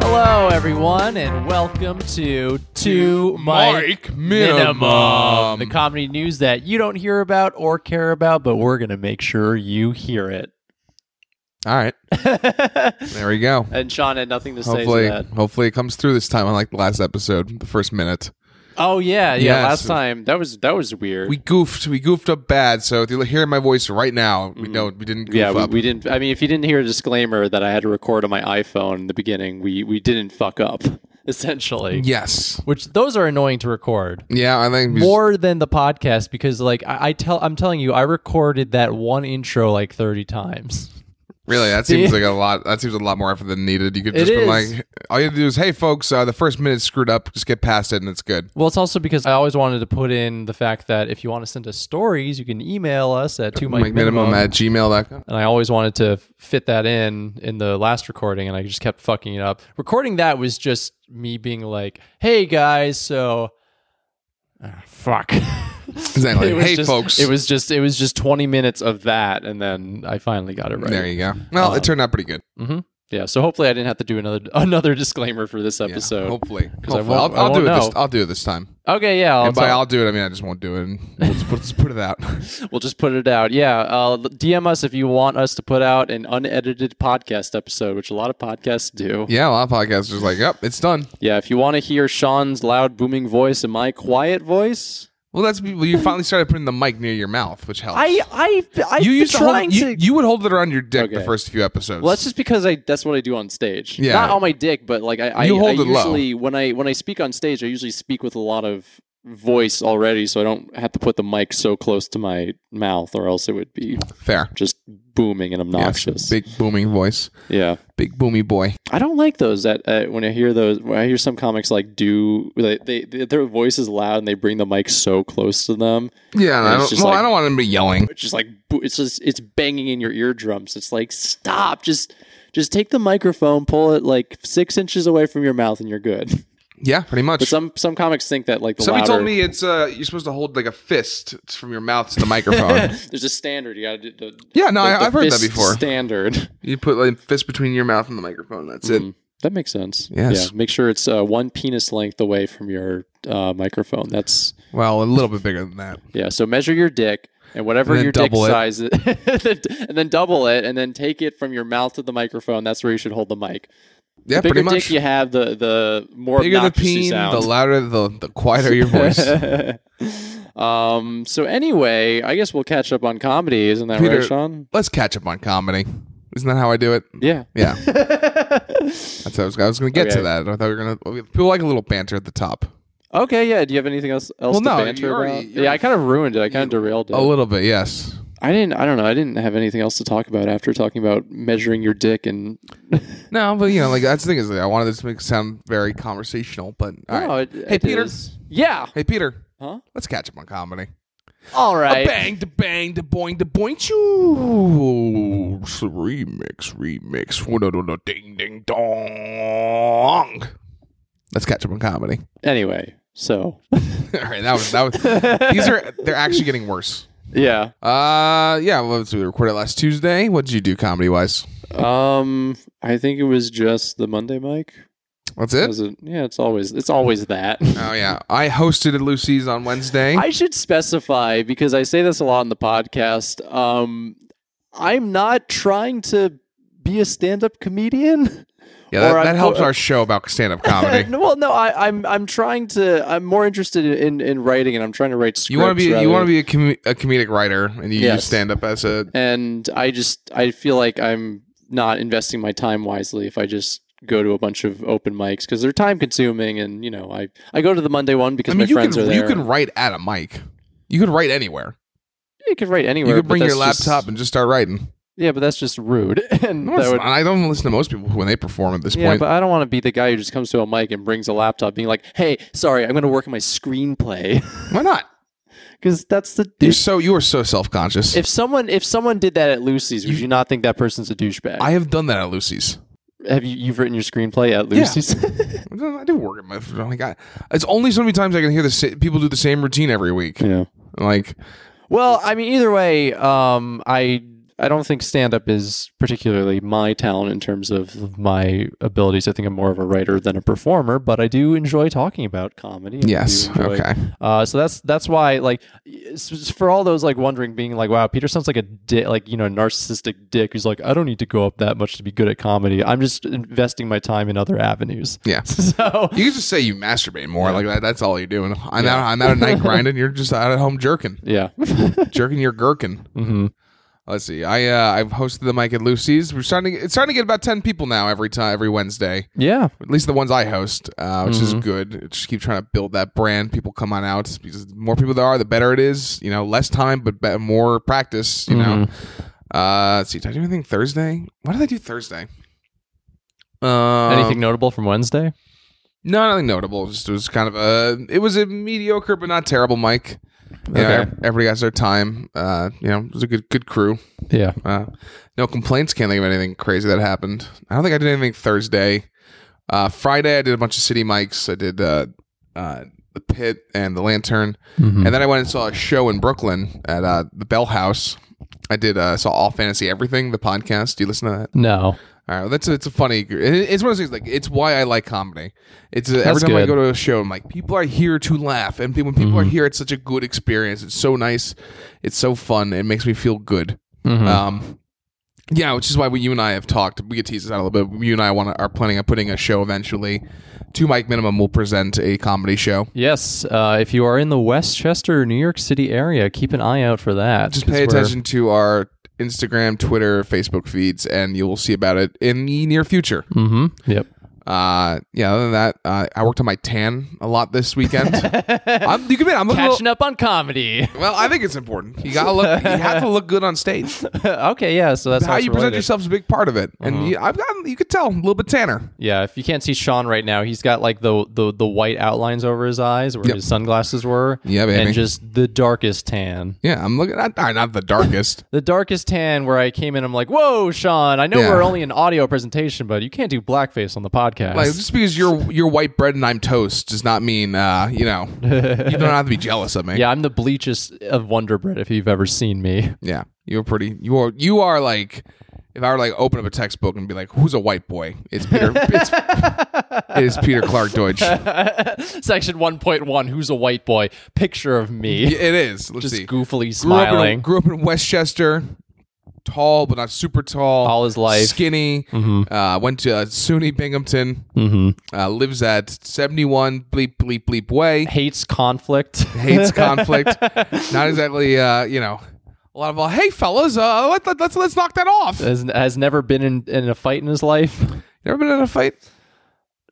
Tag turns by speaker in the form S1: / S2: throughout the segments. S1: Hello, everyone, and welcome to Two Mike,
S2: Mike
S1: Minimum,
S2: Minimum.
S1: the comedy news that you don't hear about or care about, but we're gonna make sure you hear it.
S2: All right, there we go.
S1: and Sean had nothing to
S2: Hopefully,
S1: say to that.
S2: hopefully it comes through this time. Unlike the last episode, the first minute,
S1: Oh yeah, yeah.
S2: Yes.
S1: Last time that was that was weird.
S2: we goofed. We goofed up bad. So if you're hearing my voice right now, we know we didn't goof
S1: Mm-hmm. yeah, we,
S2: up.
S1: we didn't. I mean, if you didn't hear a disclaimer that I had to record on my iPhone in the beginning, we we didn't fuck up essentially.
S2: yes.
S1: Which those are annoying to record.
S2: Yeah, I think we-
S1: more than the podcast because like I, I tell I'm telling you I recorded that one intro like 30 times.
S2: really that seems like a lot. That seems a lot more effort than needed. You could
S1: It
S2: just
S1: is.
S2: been like, all you have to do is, hey, folks, uh, the first minute screwed up. Just get past it, and it's good.
S1: Well, it's also because I always wanted to put in the fact that if you want to send us stories, you can email us at two
S2: Mike minimum at gmail.com.
S1: and I always wanted to fit that in in the last recording, and I just kept fucking it up. Recording that was just me being like, "Hey guys, so Ah, fuck."
S2: Exactly.
S1: It was
S2: Hey,
S1: just-
S2: folks.
S1: It was just it was just twenty minutes of that, and then I finally got it right. Um,
S2: There you go. Well, it turned out pretty good.
S1: Yeah, so hopefully I didn't have to do another another disclaimer for this
S2: Yeah,
S1: episode.
S2: hopefully,
S1: 'Cause I
S2: Hopefully.
S1: won't-
S2: I'll,
S1: I
S2: I'll do it.
S1: won't
S2: This,
S1: know.
S2: I'll do it this time.
S1: okay, yeah, I'll,
S2: and by
S1: tell-
S2: I'll do it, I mean I just won't do it. And we'll just, we'll just put it out.
S1: we'll just put it out. Yeah, uh, DM us if you want us to put out an unedited podcast episode, which a lot of podcasts do.
S2: yeah, a lot of podcasts are just like, yep, it's done.
S1: Yeah, if you want to hear Sean's loud booming voice and my quiet voice,
S2: Well, that's well, you finally started putting the mic near your mouth, which helps.
S1: I I
S2: you used to, hold, you, you would hold it around your dick the
S1: Okay.
S2: first few episodes.
S1: well, that's just because I that's what I do on stage.
S2: Yeah.
S1: not on my dick, but like I, I,
S2: You hold
S1: I
S2: it low.
S1: usually when I when I speak on stage, I usually speak with a lot of voice already, so I don't have to put the mic so close to my mouth, or else it would be
S2: Fair.
S1: just booming and
S2: Yeah,
S1: obnoxious.
S2: Big booming voice.
S1: yeah.
S2: Big boomy boy.
S1: I don't like those. That uh, when I hear those, when I hear some comics like do they, they, their voice is loud and they bring the mic so close to them,
S2: Yeah,
S1: it's
S2: I don't,
S1: just
S2: well,
S1: like-
S2: I don't want him to be yelling.
S1: it's just like bo- it's just it's banging in your eardrums. It's like stop, just just take the microphone, pull it like six inches away from your mouth, and you're good.
S2: Yeah, pretty much.
S1: But some some comics think that like the
S2: Somebody
S1: louder,
S2: told me it's uh you're supposed to hold like a fist from your mouth to the microphone.
S1: there's a standard you got to do. The,
S2: yeah, no,
S1: the-
S2: I,
S1: the
S2: I've heard that
S1: fist
S2: before.
S1: Standard.
S2: you put like fist between your mouth and the microphone. That's it.
S1: Mm, That makes sense.
S2: Yes.
S1: Yeah. Make sure it's uh, one penis length away from your uh, microphone. That's
S2: Well, a little bit bigger than that.
S1: Yeah, so measure your dick and whatever
S2: And then
S1: your dick
S2: double it.
S1: size is, and then- and then double it, and then take it from your mouth to the microphone. That's where you should hold the mic.
S2: Yeah,
S1: the bigger
S2: pretty much.
S1: dick you have, the the more
S2: bigger the
S1: obnoxious you
S2: peen,
S1: sound.
S2: the louder, the the quieter your voice.
S1: um. So anyway, I guess we'll catch up on comedy, isn't that
S2: Peter-
S1: right, Sean?
S2: Let's catch up on comedy. Isn't that how I do it?
S1: Yeah.
S2: Yeah, that's how I was, I was going to get
S1: Okay.
S2: to that. I thought we were going to people like a little banter at the top,
S1: Okay. Yeah. Do you have anything else else
S2: Well,
S1: to
S2: no,
S1: banter
S2: you already-
S1: about?
S2: you
S1: yeah, I kind of ruined it. I kind of derailed it.
S2: a little bit. Yes,
S1: I didn't. I don't know. I didn't have anything else to talk about after talking about measuring your dick and.
S2: no, but you know, like that's the thing is, like, I wanted this to make it sound very conversational, but all right.
S1: No, it-
S2: hey,
S1: it
S2: Peter.
S1: is- Yeah.
S2: Hey, Peter.
S1: Huh?
S2: Let's catch up on comedy.
S1: All right.
S2: Bang, da bang, da boing, da boing, choo. Remix, remix. Woo, da, da, da, Ding, ding, dong. Let's catch up on comedy.
S1: Anyway, so
S2: All right, that was that was. these are they're actually getting worse.
S1: yeah.
S2: Uh, yeah. Well, so we recorded last Tuesday. What did you do comedy wise?
S1: Um, I think it was just the Monday mic.
S2: That's it.
S1: Was it? Yeah, it's always it's always that.
S2: Oh yeah, I hosted at Lucy's on Wednesday.
S1: I should specify because I say this a lot on the podcast. Um, I'm not trying to be a stand-up comedian.
S2: yeah,
S1: or
S2: that,
S1: I-
S2: that helps our show about stand-up comedy.
S1: well, no, I, I'm I'm trying to. I'm more interested in, in writing, and I'm trying to write scripts.
S2: You want to be
S1: rather-
S2: you want to be a, com- a comedic writer, and you
S1: Yes.
S2: use stand-up as a
S1: and I just I feel like I'm not investing my time wisely if I just go to a bunch of open mics because they're time consuming and you know I I go to the Monday one because
S2: I mean,
S1: my
S2: you
S1: friends
S2: can
S1: are there.
S2: you can write at a mic. You could write anywhere.
S1: You could write anywhere.
S2: you
S1: but
S2: could bring your
S1: that's just-
S2: laptop and just start writing.
S1: yeah, but that's just rude. and
S2: No,
S1: that
S2: it's
S1: would-
S2: not. I don't listen to most people when they perform at this
S1: yeah,
S2: point.
S1: but I don't want to be the guy who just comes to a mic and brings a laptop, being like, "Hey, sorry, I'm going to work on my screenplay,"
S2: Why not?
S1: because that's the.
S2: You're so you are so self-conscious.
S1: If someone if someone did that at Lucy's, would you not think that person's a douchebag?
S2: I have done that at Lucy's.
S1: Have you you've written your screenplay at Lucy's?
S2: I do work at my. Like I, it's only so many times I can hear the sa- people do the same routine every week.
S1: yeah.
S2: Like
S1: Well, I mean, either way, um, I I don't think stand up is particularly my talent in terms of my abilities. I think I'm more of a writer than a performer, but I do enjoy talking about comedy. and I do
S2: Yes.
S1: enjoy-
S2: Okay.
S1: Uh, so that's that's why like s- s- for all those like wondering, being like, wow, Peter sounds like a dick, like you know, narcissistic dick who's like, I don't need to go up that much to be good at comedy. I'm just investing my time in other avenues.
S2: Yeah.
S1: So
S2: You can just say you masturbate more. Like that, that's all you're doing. I'm out. I'm out at night grinding. You're just out at home jerking,
S1: yeah.
S2: jerking your gherkin.
S1: hmm
S2: Let's see. I uh, I've hosted the mic at Lucy's. We're starting. To, it's starting to get about ten people now every time every Wednesday.
S1: Yeah.
S2: At least the ones I host, uh, which is good. Just keep trying to build that brand. People come on out because the more people there are, the better it is. You know, less time but be- more practice. You know. Uh, let's see. Did I do anything Thursday? What did I do Thursday? Um,
S1: Anything notable from Wednesday?
S2: No, nothing notable. Just it was kind of a it was a mediocre but not terrible mic. You know,
S1: Okay.
S2: ev- everybody has their time. Uh, you know, it was a good good crew.
S1: Yeah.
S2: Uh, no complaints. Can't think of anything crazy that happened. I don't think I did anything Thursday. Uh, Friday I did a bunch of city mics. I did uh, uh, the pit and the lantern,
S1: Mm-hmm.
S2: and then I went and saw a show in Brooklyn at uh, the Bell House. I did uh, saw all fantasy everything the podcast. Do you listen to that?
S1: No.
S2: All right, well, that's a, it's a funny. gr- it- It's one of those things like it's why I like comedy. It's a, every
S1: That's
S2: time I
S1: good. Mm-hmm.
S2: go to a show, I'm like, people are here to laugh, and pe- when people are here, it's such a good experience. It's so nice, it's so fun. It makes me feel good.
S1: Mm-hmm.
S2: Um, yeah, which is why we, you and I have talked. We could tease this out a little bit. You and I want are planning on putting a show eventually. Two mic minimum will present a comedy show.
S1: Yes, uh, if you are in the Westchester, New York City area, keep an eye out for that.
S2: Just
S1: 'cause
S2: pay
S1: we're-
S2: attention to our Instagram, Twitter, Facebook feeds, and you will see about it in the near future.
S1: Mhm, Yep.
S2: Uh, yeah. Other than that, uh, I worked on my tan a lot this weekend. I'm, you can admit, I'm looking. a little-
S1: Catching up on comedy.
S2: well, I think it's important. You gotta look. You have to look good on stage.
S1: okay, yeah. So that's
S2: How you present
S1: related.
S2: yourself is Uh-huh. a big part of it, and you, I've gotten. You could tell I'm a little bit tanner.
S1: Yeah, if you can't see Sean right now, he's got like the the, the white outlines over his eyes where his sunglasses were.
S2: Yeah, baby.
S1: And just the darkest tan.
S2: Yeah, I'm looking. Not, uh, not the darkest.
S1: The darkest tan where I came in, I'm like, whoa, Sean, I know
S2: Yeah.
S1: we're only an audio presentation, but you can't do blackface on the podcast.
S2: like just because you're you're white bread and I'm toast does not mean uh, you know you don't have to be jealous of me.
S1: yeah, I'm the bleachest of Wonder Bread if you've ever seen me.
S2: Yeah, you're pretty. You are. You are like. If I were like open up a textbook and be like, "Who's a white boy?" It's Peter. It's, it is Peter Clark Deutsch. It
S1: Section 1.1 Who's a white boy? Picture of me.
S2: is. Let's
S1: just
S2: see.
S1: goofily
S2: grew up in-
S1: smiling.
S2: grew up in Westchester, tall but not super tall.
S1: All his life. Mm-hmm.
S2: skinny. Uh, went to uh, SUNY Binghamton. Uh, lives at seventy one bleep bleep bleep way.
S1: Hates conflict.
S2: Hates conflict. Not exactly. Uh, you know, a lot of uh, hey fellas, uh, let, let, let's let's knock that off.
S1: has, has never been in, in a fight in his life.
S2: Never been in a fight.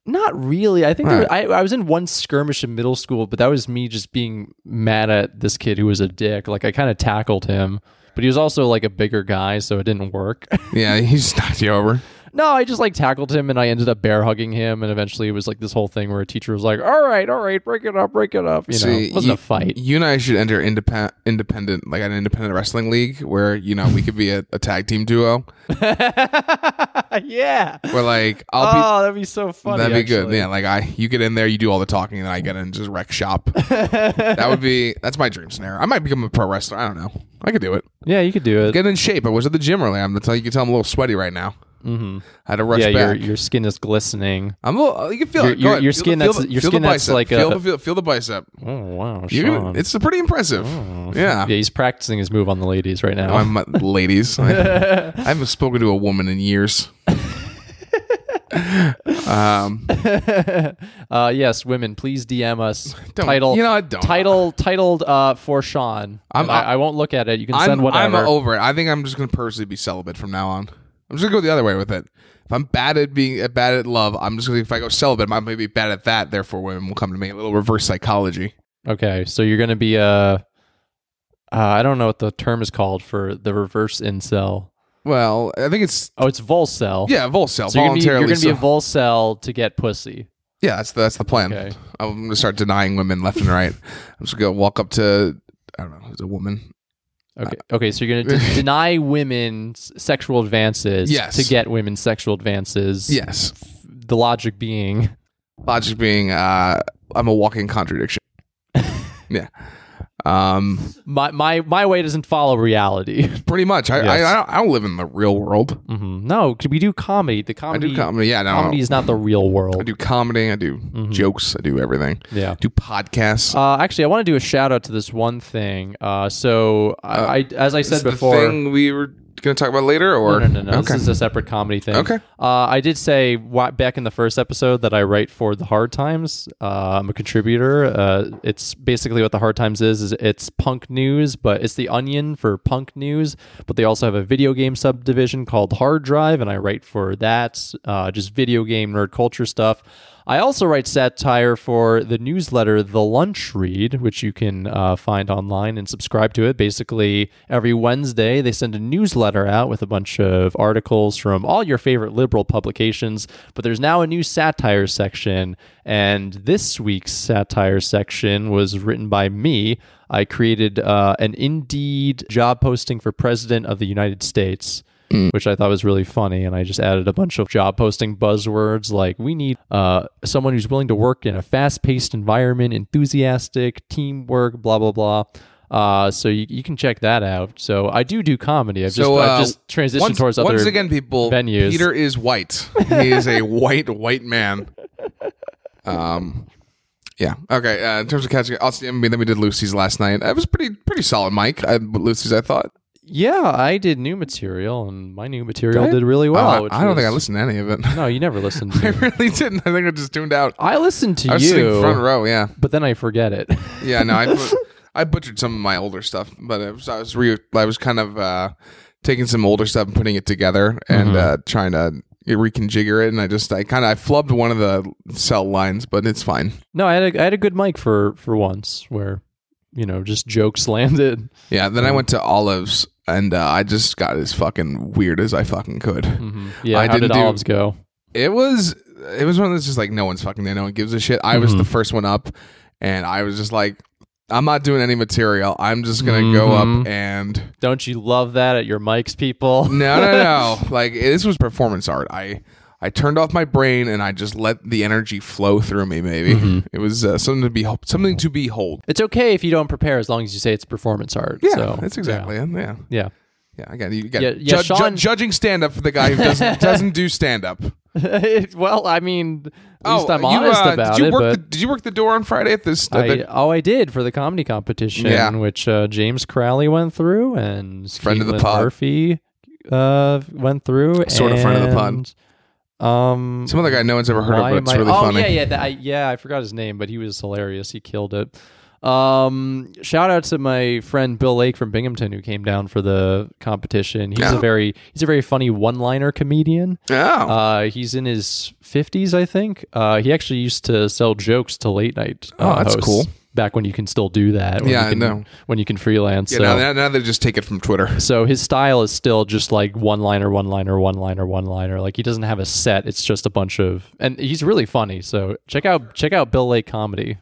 S1: Not really. I think there I, I was in one skirmish in middle school, but that was me just being mad at this kid who was a dick. Like I kind of tackled him, but he was also like a bigger guy, so it didn't work.
S2: Yeah, he just knocked you over.
S1: no, I just like tackled him, and I ended up bear hugging him, and eventually it was like this whole thing where a teacher was like, "All right, all right, break it up, break it up." You know,
S2: See,
S1: it wasn't
S2: you,
S1: a fight.
S2: You and I should enter independent, independent, like an independent wrestling league where you know we could be a, a tag team duo.
S1: yeah.
S2: Where like I'll be,
S1: Oh, that'd be so funny.
S2: That'd be good.
S1: actually.
S2: Yeah, like I, you get in there, you do all the talking, and then I get in and just wreck shop. that would be that's my dream scenario. I might become a pro wrestler. I don't know. I could do it.
S1: Yeah, you could do it.
S2: Get in shape. I was at the gym earlier. I'm tell you can tell I'm a little sweaty right now. Mm-hmm. I had to rush
S1: Yeah, your
S2: back.
S1: your skin is glistening.
S2: I'm a little, you can feel
S1: Your-
S2: it. Go
S1: your-
S2: ahead.
S1: your
S2: Feel
S1: skin
S2: the- feel
S1: that's-
S2: the-
S1: your
S2: feel the
S1: skin that's
S2: bicep.
S1: like a-
S2: feel, the, feel, feel the bicep.
S1: Oh wow, Sean.
S2: You're gonna- it's pretty impressive. Yeah.
S1: yeah, he's practicing his move on the ladies right now.
S2: Oh, I'm- ladies, I, I haven't spoken to a woman in years. um,
S1: Uh, yes, women, please DM us.
S2: Don't-
S1: title,
S2: you know, I don't.
S1: Title titled uh, for Sean.
S2: I'm-
S1: And I, I won't look at it. You can
S2: I'm,
S1: send whatever.
S2: I'm over it. I think I'm just going to purposely be celibate from now on. I'm just going to go the other way with it. If I'm bad at being uh, bad at love, I'm just going to, if I go celibate, I might be bad at that. Therefore, women will come to me. A little reverse psychology.
S1: okay, so you're gonna be uh, uh, I don't know what the term is called for the reverse incel.
S2: Well, I think it's,
S1: Oh, it's volcel.
S2: yeah, vol cell.
S1: so you're gonna be, you're
S2: voluntarily.
S1: gonna be a
S2: so-
S1: volcel to get pussy.
S2: yeah, that's the, that's the plan.
S1: Okay.
S2: I'm going to start denying women left and right. I'm just going to walk up to, I don't know, who's a woman.
S1: Okay. Okay. So you're gonna de- deny women s- sexual advances
S2: Yes.
S1: to get women sexual advances.
S2: Yes.
S1: The logic being,
S2: Logic being, uh, I'm a walking contradiction. yeah. Um,
S1: My my my way doesn't follow reality.
S2: pretty much. I,
S1: Yes.
S2: I, I, don't, I don't live in the real world.
S1: hmm No, 'cause we do comedy. The
S2: I
S1: comedy
S2: do comedy. Yeah, no,
S1: comedy is Mm-hmm. not the real
S2: I
S1: world.
S2: do comedy. I do jokes. I do everything.
S1: Yeah.
S2: do podcasts.
S1: Uh, actually, I want to do a shout out to this one thing. Uh, so I, I, as I said
S2: the
S1: before,
S2: thing we were going to talk about later, or
S1: No, no, no, no.
S2: Okay.
S1: This is a separate comedy thing.
S2: Okay.
S1: Uh, I did say wh- back in the first episode that I write for the Hard Times. Uh, I'm a contributor. Uh, it's basically what the Hard Times is. Is it's punk news, but it's the Onion for punk news. But they also have a video game subdivision called Hard Drive, and I write for that. Uh, just video game nerd culture stuff. I also write satire for the newsletter The Lunch Read, which you can uh, find online and subscribe to it. Basically, every Wednesday, they send a newsletter out with a bunch of articles from all your favorite liberal publications. But there's now a new satire section. And this week's satire section was written by me. I created uh, an Indeed job posting for President of the United States
S2: Mm.
S1: which I thought was really funny. And I just added a bunch of job posting buzzwords like we need uh, someone who's willing to work in a fast paced environment, enthusiastic, teamwork, blah, blah, blah. Uh, so you, you can check that out. So I do do comedy. I've, just,
S2: So, uh,
S1: I've just transitioned
S2: once,
S1: towards other
S2: once again, people.
S1: venues.
S2: Peter is white. He is a white white man. Um, yeah. Okay. Uh, in terms of catching, also, I mean, then we did Lucy's last night. It was pretty pretty solid, Mike. I, Lucy's, I thought.
S1: Yeah, I did new material, and my new material
S2: Did I?
S1: did really well.
S2: Oh,
S1: which
S2: I, I don't think I
S1: was-
S2: listened to any of it.
S1: No, you never listened. To
S2: I
S1: me.
S2: really didn't. I think I just tuned out.
S1: I listened to
S2: I was sitting
S1: you,
S2: front row. Yeah.
S1: but then I forget it.
S2: Yeah, no, I put, I butchered some of my older stuff, but it was, I was re- I was kind of uh, taking some older stuff and putting it together and uh, trying to reconfigure it. And I just I kind of I flubbed one of the cell lines, but it's fine.
S1: no, I had a, I had a good mic for for once, where you know just jokes landed.
S2: Yeah. Then I went to Olives and uh, I just got as fucking weird as I fucking could.
S1: hmm Yeah,
S2: I
S1: how did
S2: didn't do-
S1: olives go?
S2: It was it was one of those just like no one's fucking there, no one gives a shit. I was
S1: Mhm.
S2: the first one up, and I was just like. I'm not doing any material. I'm just gonna go
S1: Mhm.
S2: up and
S1: Don't you love that at your mics, people?
S2: No, no, no. like this was performance art. I I turned off my brain and I just let the energy flow through me. Maybe
S1: Mm-hmm.
S2: it was uh, something to be something to behold.
S1: It's okay if you don't prepare as long as you say it's performance art.
S2: Yeah,
S1: so,
S2: that's exactly it. Yeah,
S1: Yeah.
S2: yeah. I got you. Got
S1: Yeah, yeah,
S2: ju- ju-
S1: Sean-
S2: judging stand up for the guy who doesn't doesn't do stand up.
S1: yeah. well, I mean, at least I'm honest about
S2: did Oh, you
S1: it.
S2: work
S1: but
S2: the, did you work the door on Friday at this? At
S1: I,
S2: the
S1: oh, I did for the comedy competition,
S2: Yeah.
S1: which uh, James Crowley went through and
S2: Friend of the
S1: Caitlin
S2: pod.
S1: Murphy uh, went through.
S2: Sort of friend of the pod.
S1: pod. Um,
S2: some other guy no one's ever heard
S1: Why
S2: of, but
S1: am
S2: it's
S1: I-
S2: really
S1: oh,
S2: funny.
S1: yeah, yeah, that, I, yeah. I forgot his name, but he was hilarious. He killed it. Um, shout out to my friend Bill Lake from Binghamton who came down for the competition. He's
S2: Yeah.
S1: a very he's a very funny one-liner comedian.
S2: Oh,
S1: Uh, he's in his 50s, I think. Uh, he actually used to sell jokes to late night.
S2: Oh,
S1: uh,
S2: that's
S1: hosts
S2: cool.
S1: Back when you can still do that. When
S2: Yeah,
S1: you
S2: I
S1: can,
S2: know.
S1: When you can freelance.
S2: yeah.
S1: so.
S2: now, now, now they just take it from Twitter.
S1: So his style is still just like one liner, one liner, one liner, one liner. Like he doesn't have a set. It's just a bunch of, and he's really funny. So check out check out Bill Lake comedy.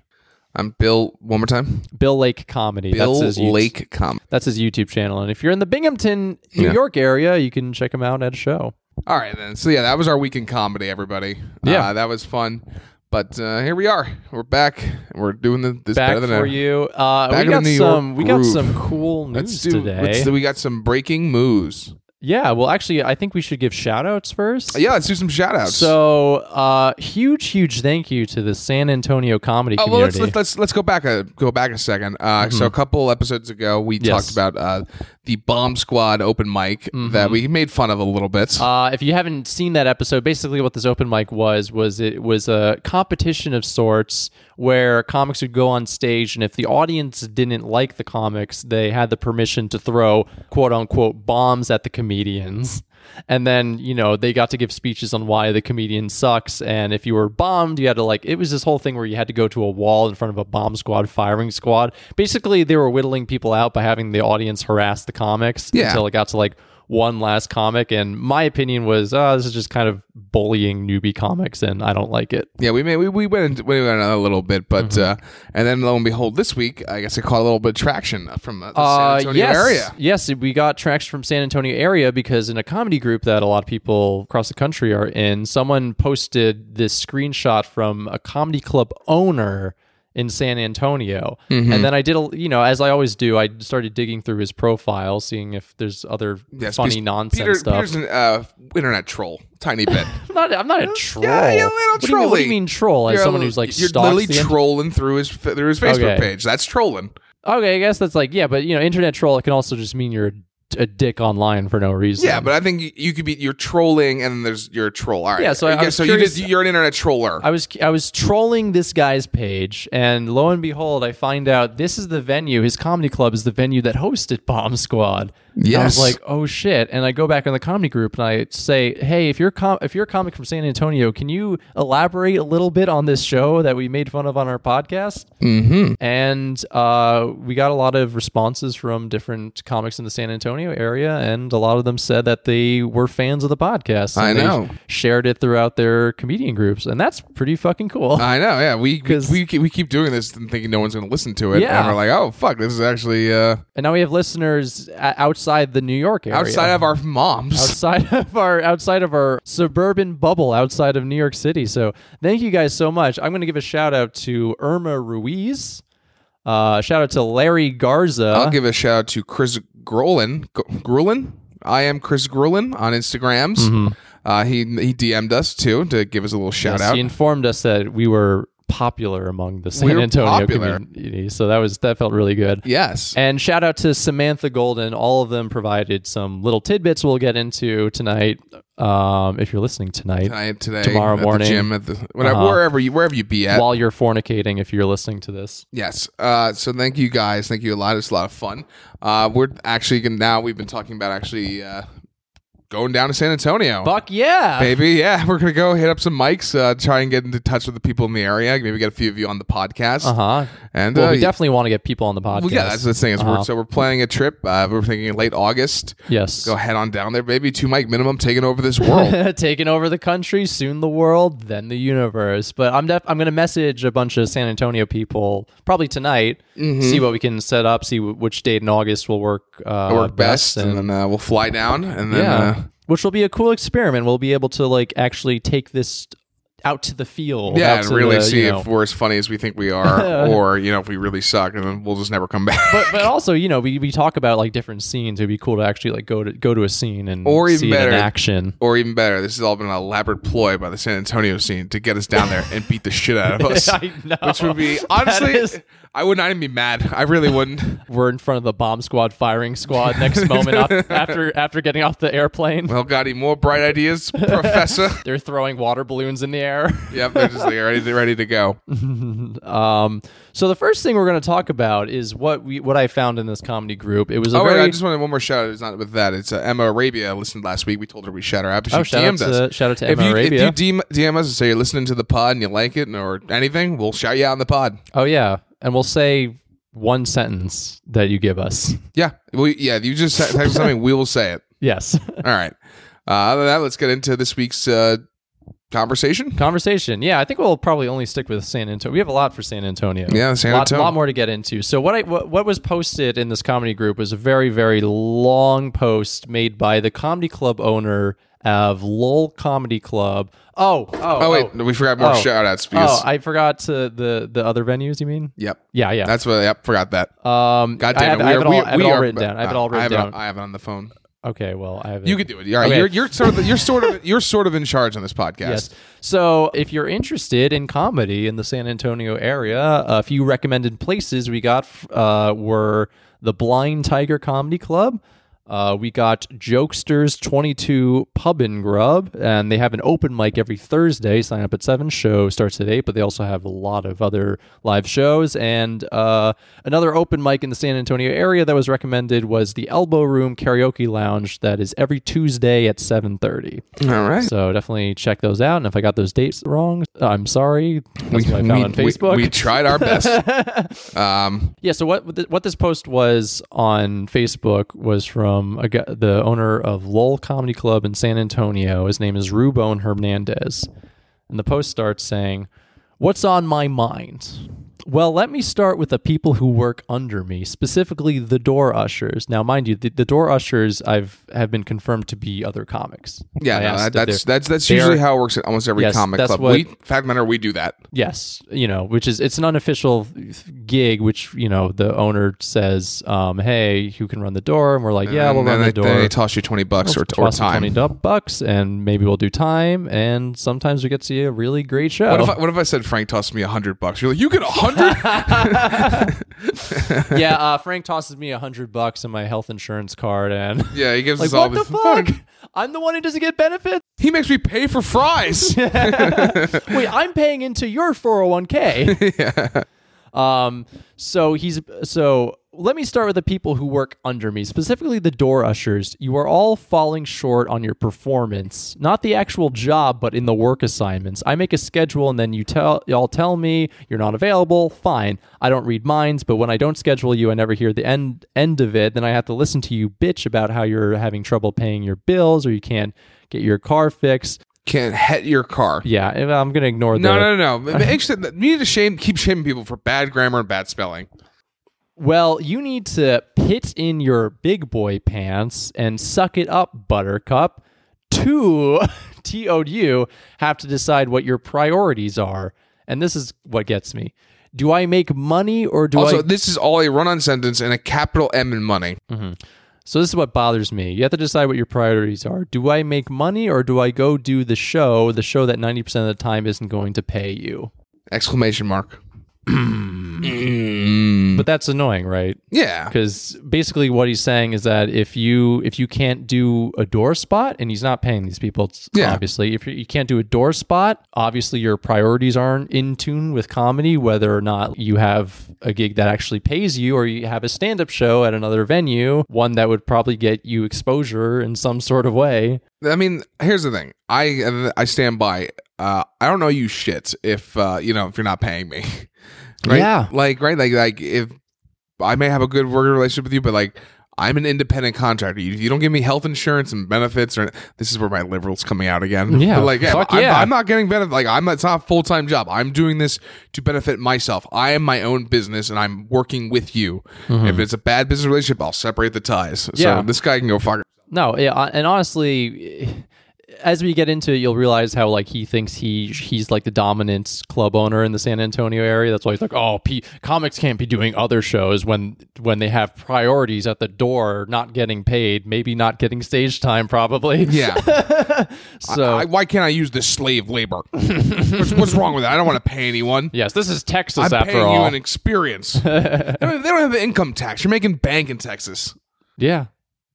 S2: I'm Bill. One more time.
S1: Bill Lake comedy.
S2: Bill
S1: that's his YouTube-
S2: Lake Com.
S1: That's his YouTube channel. And if you're in the Binghamton, New
S2: Yeah.
S1: York area, you can check him out at a show.
S2: All right, then. So yeah, that was our week in comedy, everybody.
S1: Yeah.
S2: uh, that was fun. But uh, here we are. We're back. We're doing the, this
S1: Back
S2: better than
S1: for
S2: ever.
S1: you. Uh,
S2: Back in
S1: we got
S2: the New
S1: some.
S2: York
S1: We got
S2: groove.
S1: some cool news
S2: Let's do,
S1: today.
S2: let's do. We got some breaking moves. Uh,
S1: yeah. Well, actually, I think we should give shout outs first.
S2: Yeah, let's do some shout outs.
S1: So, uh, huge, huge thank you to the San Antonio comedy
S2: Oh, well, let's,
S1: community. Mm-hmm.
S2: let's let's let's go back a go back a second. Uh, So a couple episodes ago, we
S1: Yes.
S2: talked about uh, the Bomb Squad open mic that we made fun of a little bit.
S1: Mm-hmm. Uh, if you haven't seen that episode, basically what this open mic was was it was a competition of sorts where comics would go on stage, and if the audience didn't like the comics, they had the permission to throw quote unquote bombs at the comedians. And then you know they got to give speeches on why the comedian sucks, and if you were bombed, you had to like it was this whole thing where you had to go to a wall in front of a bomb squad firing squad. Basically, they were whittling people out by having the audience harass the comics
S2: Yeah.
S1: until it got to like one last comic and my opinion was oh, this is just kind of bullying newbie comics and i don't like it
S2: Yeah, we made we, we went into, we went on a little bit, but
S1: Mm-hmm.
S2: uh, and then lo and behold, this week I guess I caught a little bit of traction from uh, the San Antonio
S1: yes,
S2: area.
S1: yes, we got traction from San Antonio area because in a comedy group that a lot of people across the country are in, someone posted this screenshot from a comedy club owner in San Antonio.
S2: Mhm.
S1: And then I did, a, you know, as I always do, I started digging through his profile, seeing if there's other
S2: Yes,
S1: funny
S2: Pe-
S1: nonsense
S2: Peter,
S1: stuff.
S2: Peter's an uh, internet troll, tiny bit.
S1: I'm not, I'm not a troll.
S2: you're a
S1: what, do you
S2: little
S1: mean, what do
S2: trolly.
S1: you mean troll? As
S2: You're a
S1: someone
S2: li-
S1: who's like
S2: you're
S1: stalks
S2: literally
S1: the internet?
S2: trolling through his through his Facebook
S1: Okay.
S2: page. That's trolling.
S1: Okay, I guess that's like yeah, but you know, internet troll. It can also just mean you're a, a dick online for no reason.
S2: Yeah, but I think you, you could be you're trolling, and then there's you're a troll. All right.
S1: Yeah, so I- I was
S2: so
S1: curious-
S2: you did, you're an internet troller.
S1: I was I was trolling this guy's page, and lo and behold, I find out this is the venue. His comedy club is the venue that hosted Bomb Squad. And I
S2: Yes.
S1: was like, oh shit! And I go back in the comedy group and I say, hey, if you're com- if you're a comic from San Antonio, can you elaborate a little bit on this show that we made fun of on our podcast?
S2: mm-hmm.
S1: And uh, we got a lot of responses from different comics in the San Antonio area, and a lot of them said that they were fans of the podcast.
S2: I
S1: and they
S2: know.
S1: shared it throughout their comedian groups, and that's pretty fucking cool.
S2: I know. Yeah, we we,
S1: 'Cause-
S2: we keep- we keep doing this and thinking no one's going to listen to it.
S1: Yeah.
S2: And we're like, oh fuck, this is actually uh,
S1: and now we have listeners a- outside the New York area,
S2: outside of our moms.
S1: uh, outside of our outside of our suburban bubble outside of New York City. So thank you guys so much. I'm going to give a shout out to Irma Ruiz. Uh, shout out to Larry Garza.
S2: I'll give a shout out to Chris Grolin. G- Grulin. I am Chris Grulin on Instagrams. Uh, he he DM'd us too to give us a little shout
S1: Mm-hmm. Yes,
S2: out.
S1: He informed us that we were popular among the San
S2: were
S1: Antonio
S2: popular.
S1: community, so that was that felt really good.
S2: yes.
S1: And shout out to Samantha Golden. All of them provided some little tidbits we'll get into tonight. Um, if you're listening tonight,
S2: Tonight, today,
S1: Tomorrow
S2: at the
S1: morning. Uh-huh.
S2: gym, at the whatever, wherever you wherever you be at.
S1: while you're fornicating, if you're listening to this,
S2: Yes. Uh, so thank you guys. Thank you a lot. It's a lot of fun. Uh, we're actually gonna, now we've been talking about actually uh, going down to San Antonio.
S1: fuck yeah,
S2: Maybe, yeah. We're gonna go hit up some mics, uh, try and get into touch with the people in the area. Maybe get a few of you on the podcast.
S1: uh huh.
S2: And
S1: Well,
S2: uh,
S1: we definitely want to get people on the podcast.
S2: well, yeah, that's the thing. Is we're,
S1: Uh-huh.
S2: so we're planning a trip. Uh, we're thinking late August.
S1: yes.
S2: Go head on down there, baby. Two mic minimum, taking over this world.
S1: Taking over the country, soon the world, then the universe. But I'm def- I'm gonna message a bunch of San Antonio people probably tonight.
S2: Mm-hmm.
S1: See what we can set up. See w- which date in August will work uh,
S2: Work best, and, then uh, we'll fly down, and then
S1: yeah,
S2: uh,
S1: which will be a cool experiment. We'll be able to like actually take this out to the field.
S2: Yeah,
S1: out
S2: and
S1: to
S2: really
S1: the,
S2: see
S1: uh, you know-
S2: if we're as funny as we think we are, or you know, if we really suck, and then we'll just never come back.
S1: But, but also, you know, we, we talk about like different scenes. It'd be cool to actually like go to go to a scene and
S2: Or even
S1: see it
S2: better-
S1: in action.
S2: or even better, this has all been an elaborate ploy by the San Antonio scene to get us down there and beat the shit out of us.
S1: I know.
S2: Which would be
S1: That
S2: honestly,
S1: is-
S2: I would not even be mad. I really wouldn't.
S1: we're in front of the bomb squad firing squad next moment up, after after getting off the airplane.
S2: Well, got any more bright ideas, Professor?
S1: They're throwing water balloons in the air.
S2: yep, they're just like, ready, to, ready to go.
S1: Um, so the first thing we're going to talk about is what we what I found in this comedy group. It was a
S2: Oh wait,
S1: very
S2: I just wanted one more shout out. It's not with that. It's uh, Emma Arabia listened last week. We told her we shout her out, but she
S1: oh, shout out
S2: DM'd us.
S1: to shout out to
S2: if
S1: Emma
S2: you,
S1: Arabia.
S2: if you DM, DM us and say you're listening to the pod and you like it or anything, we'll shout you out on the pod.
S1: oh yeah, and we'll say one sentence that you give us.
S2: Yeah. Well, yeah. You just text us something. We will say it.
S1: Yes,
S2: All right. Uh, other than that, let's get into this week's uh, conversation.
S1: conversation. Yeah, I think we'll probably only stick with San Antonio. We have a lot for San Antonio.
S2: Yeah, San
S1: lot,
S2: Antonio.
S1: lot more to get into. So what I what, what was posted in this comedy group was a very very long post made by the comedy club owner of Lowell Comedy Club. Oh, oh,
S2: Oh wait,
S1: oh,
S2: we forgot more
S1: Oh.
S2: shout outs because
S1: Oh, I forgot to the the other venues. You mean?
S2: yep,
S1: Yeah, yeah.
S2: that's what. Yep, forgot that.
S1: um,
S2: God
S1: I
S2: damn
S1: have, I
S2: it,
S1: have it
S2: we
S1: all,
S2: are-
S1: I have
S2: we-
S1: it all
S2: we are-
S1: written down. I have it all
S2: I have
S1: written
S2: it
S1: down.
S2: on- I have it on the phone.
S1: okay, well, I have it.
S2: You could do it. All right,
S1: Okay.
S2: you're you're sort of the, you're sort of you're sort of in charge on this podcast.
S1: Yes. So if you're interested in comedy in the San Antonio area, a few recommended places we got uh, were the Blind Tiger Comedy Club. Uh, we got Jokesters 22 Pub and Grub, and they have an open mic every Thursday. Sign up at 7. Show starts at 8, but they also have a lot of other live shows. And uh, another open mic in the San Antonio area that was recommended was the Elbow Room Karaoke Lounge that is every Tuesday at 7.30.
S2: All right.
S1: So definitely check those out. And if I got those dates wrong, I'm sorry. That's what I found on Facebook.
S2: We, tried our best. um,
S1: yeah. So what what this post was on Facebook was from a, guy- the owner of Lowell Comedy Club in San Antonio. His name is Rubon Hernandez, and the post starts saying, "What's on my mind." Well, let me start with the people who work under me, specifically the door ushers. Now, mind you, the, the door ushers I've have been confirmed to be other comics.
S2: Yeah,
S1: I
S2: no,
S1: asked
S2: that,
S1: if
S2: that's
S1: they're-
S2: that's that's
S1: they
S2: usually
S1: are-
S2: how it works at almost every
S1: Yes,
S2: comic
S1: that's
S2: club.
S1: what-
S2: we, fact matter, we do that.
S1: yes, you know, which is it's an unofficial gig, which you know the owner says, um, "Hey, who can run the door?" And we're like, "Yeah,
S2: And
S1: we'll
S2: then
S1: run the
S2: they,
S1: door."
S2: They toss you twenty bucks or, or
S1: toss them
S2: time.
S1: twenty du- bucks, and maybe we'll do time. And sometimes we get to see a really great show.
S2: What if, I, what if I said Frank tossed me a hundred bucks? You're like, you get a hundred?
S1: yeah, uh, Frank tosses me a hundred bucks and my health insurance card, and
S2: yeah, he gives
S1: like,
S2: us all
S1: what the
S2: this.
S1: fuck? I'm the one who doesn't get benefits.
S2: He makes me pay for fries.
S1: Wait, I'm paying into your 401k. Um. So he's so. Let me start with the people who work under me, specifically the door ushers. You are all falling short on your performance, not the actual job, but in the work assignments. I make a schedule, and then you tell y'all tell me you're not available. Fine, I don't read minds, but when I don't schedule you, I never hear the end end of it. Then I have to listen to you bitch about how you're having trouble paying your bills, or you can't get your car fixed.
S2: Can't hit your car.
S1: Yeah, and I'm gonna ignore the
S2: No, no, no, no. Actually, you need to shame, keep shaming people for bad grammar and bad spelling.
S1: Well, you need to pit in your big boy pants and suck it up, Buttercup. Two TOU have to decide what your priorities are. And this is what gets me. Do I make money or do
S2: Also,
S1: I
S2: this is all a run-on sentence and a capital M in money.
S1: So this is what bothers me. You have to decide what your priorities are. Do I make money or do I go do the show, the show that 90% of the time isn't going to pay you?
S2: Exclamation mark. Mm.
S1: But that's annoying, right?
S2: yeah.
S1: because basically what he's saying is that if you if you can't do a door spot and he's not paying these people it's-
S2: Yeah.
S1: obviously if you- you can't do a door spot obviously your priorities aren't in tune with comedy whether or not you have a gig that actually pays you or you have a stand-up show at another venue one that would probably get you exposure in some sort of way
S2: I mean, here's the thing. I I stand by. Uh, I don't know you shits if uh, you know if you're not paying me, right?
S1: Yeah.
S2: Like right, like like if I may have a good working relationship with you, but like I'm an independent contractor. You, you don't give me health insurance and benefits, or this is where my liberals coming out again.
S1: Yeah,
S2: But, like
S1: fuck
S2: I'm,
S1: yeah.
S2: I'm not getting benefit. Like I'm. It's not a full time job. I'm doing this to benefit myself. I am my own business, and I'm working with you. If it's a bad business relationship, I'll separate the ties.
S1: Mm-hmm. Yeah.
S2: So this guy can go fuck.
S1: No, yeah, uh, and honestly, as we get into it, you'll realize how like he thinks he he's like the dominant club owner in the San Antonio area. That's why he's like, oh, P- comics can't be doing other shows when when they have priorities at the door, not getting paid, maybe not getting stage time, probably.
S2: Yeah.
S1: So
S2: I, why can't I use this slave labor? what's, what's wrong with that? I don't want to pay anyone.
S1: yes, this is Texas
S2: I'm
S1: after
S2: paying
S1: all.
S2: you an e- experience. they, don't, they don't have an income tax. You're making bank in Texas.
S1: Yeah.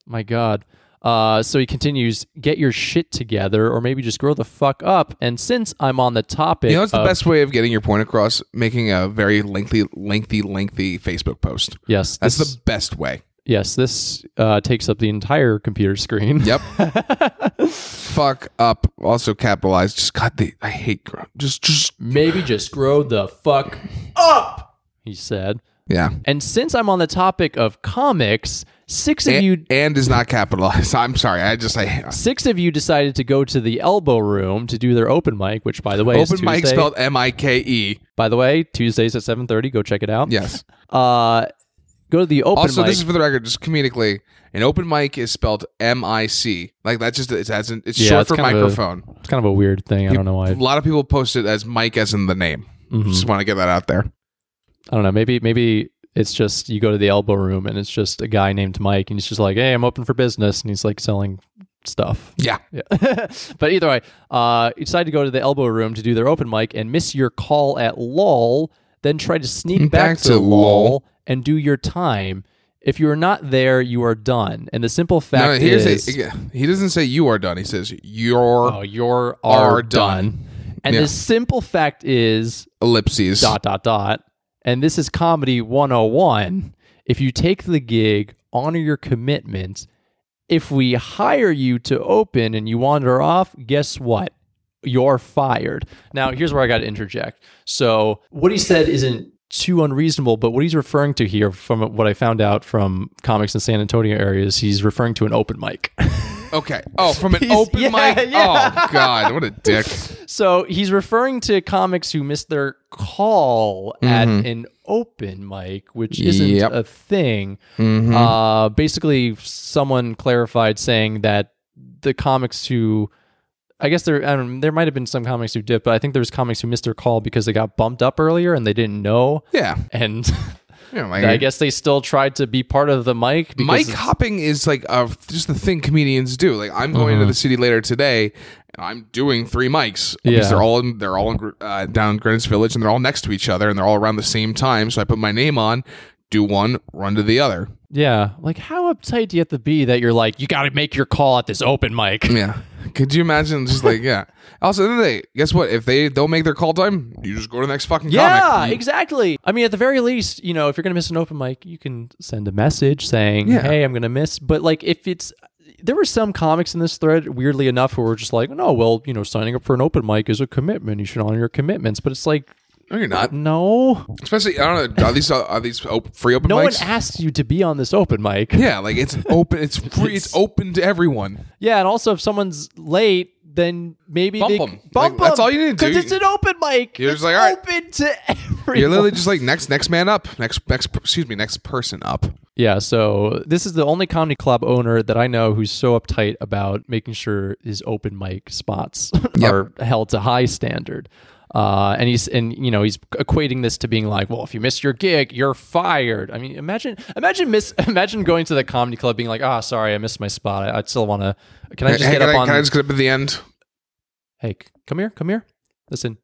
S1: My God. Uh, so he continues, get your shit together, or maybe just grow the fuck up. And since I'm on the topic,
S2: You know, it's the
S1: of-
S2: best way of getting your point across. Making a very lengthy, lengthy, lengthy Facebook post.
S1: Yes,
S2: That's
S1: this-
S2: the best way.
S1: Yes, this uh, takes up the entire computer screen.
S2: Yep. Fuck up. Also capitalize. Just God, the I hate. gr- Just, just
S1: Maybe just grow the fuck up, he said.
S2: yeah.
S1: And since I'm on the topic of comics, six of
S2: And,
S1: you
S2: and is not capitalized. I'm sorry. I just I
S1: six of you decided to go to the elbow room to do their open mic, which by the way is
S2: open mic
S1: Tuesday.
S2: spelled M I K E.
S1: by the way, Tuesdays at seven thirty, go check it out.
S2: Yes.
S1: Uh go to the open
S2: Also,
S1: mic.
S2: this is for the record, just comedically, an open mic is spelled M I C. Like that's just it's as in, it's
S1: Yeah,
S2: short
S1: it's
S2: for
S1: kind of a-
S2: microphone.
S1: it's kind of a weird thing. I Mm-hmm. don't know why.
S2: A lot of people post it as Mike as in the name. Just want to get that out there.
S1: I don't know. Maybe maybe it's just you go to the elbow room and it's just a guy named Mike and he's just like, "Hey, I'm open for business," and he's like selling stuff.
S2: Yeah.
S1: Yeah. but either way, uh, you decide to go to the elbow room to do their open mic and miss your call at LOL, then try to sneak back, to, LOL. and do your time. If you are not there, you are done. And the simple fact
S2: No, here's
S1: is,
S2: it. He doesn't say you are done. He says you're
S1: oh, you're are,
S2: Are done.
S1: done. And
S2: Yeah.
S1: the simple fact is,
S2: ellipses.
S1: dot dot dot and this is comedy 101 if you take the gig honor your commitments if we hire you to open and you wander off guess what you're fired now here's where i got to interject so what he said isn't too unreasonable but what he's referring to here from what i found out from comics in san antonio areas he's referring to an open mic
S2: Okay. Oh, from an
S1: He's-
S2: open
S1: yeah,
S2: mic.
S1: yeah.
S2: Oh God, what a dick.
S1: So he's referring to comics who missed their call at an open mic, which isn't
S2: Mm-hmm. Yep.
S1: a thing.
S2: Mm-hmm.
S1: Uh, basically, someone clarified saying that the comics who, I guess there, I don't, there might have been some comics who did, but I think there was comics who missed their call because they got bumped up earlier and they didn't know.
S2: Yeah.
S1: And
S2: Yeah, like-
S1: I guess they still tried to be part of the mic. Because
S2: Mic
S1: it's-
S2: hopping is like a, just the thing comedians do. Like I'm going
S1: Mm-hmm.
S2: to the city later today. And I'm doing three mics
S1: Yeah.
S2: because they're all in, they're all in, Gr- uh, down in Greenwich Village and they're all next to each other and they're all around the same time. So I put my name on, do one, run to the other.
S1: yeah, like how uptight do you have to be that you're like you got to make your call at this open mic?
S2: Yeah. Could you imagine just like yeah? Also, then they guess what? If they don't make their call time, you just go to the next fucking
S1: Yeah,
S2: comic.
S1: exactly. I mean, at the very least, you know, if you're going to miss an open mic, you can send a message saying,
S2: Yeah.
S1: "Hey, I'm going to miss." But like, if it's there were some comics in this thread, weirdly enough, who were just like, "No, well, you know, signing up for an open mic is a commitment. You should honor your commitments." But it's like,
S2: No, you're not.
S1: no,
S2: Especially I don't know. Are these uh, are these op- free open
S1: no
S2: mics?
S1: one asked you to be on this open mic.
S2: yeah, like it's open. It's free. it's open to everyone.
S1: Yeah, and also if someone's late, then maybe
S2: Bump
S1: they
S2: 'em. Like, that's all you need to do.
S1: because it's an open mic.
S2: You're
S1: it's
S2: just like, all right.
S1: open to everyone.
S2: You're literally just like next next man up, next next excuse me, next person up.
S1: Yeah, so this is the only comedy club owner that I know who's so uptight about making sure his open mic spots are held to high standard. Uh, and he's and you know he's equating this to being like, well, if you miss your gig, you're fired. I mean, imagine imagine miss imagine going to the comedy club being like, ah, sorry, I missed my spot. I, I still want to. Can I just
S2: hey,
S1: get
S2: can,
S1: up
S2: I,
S1: on?
S2: can I just get up at the end?
S1: hey, c- come here, come here. Listen,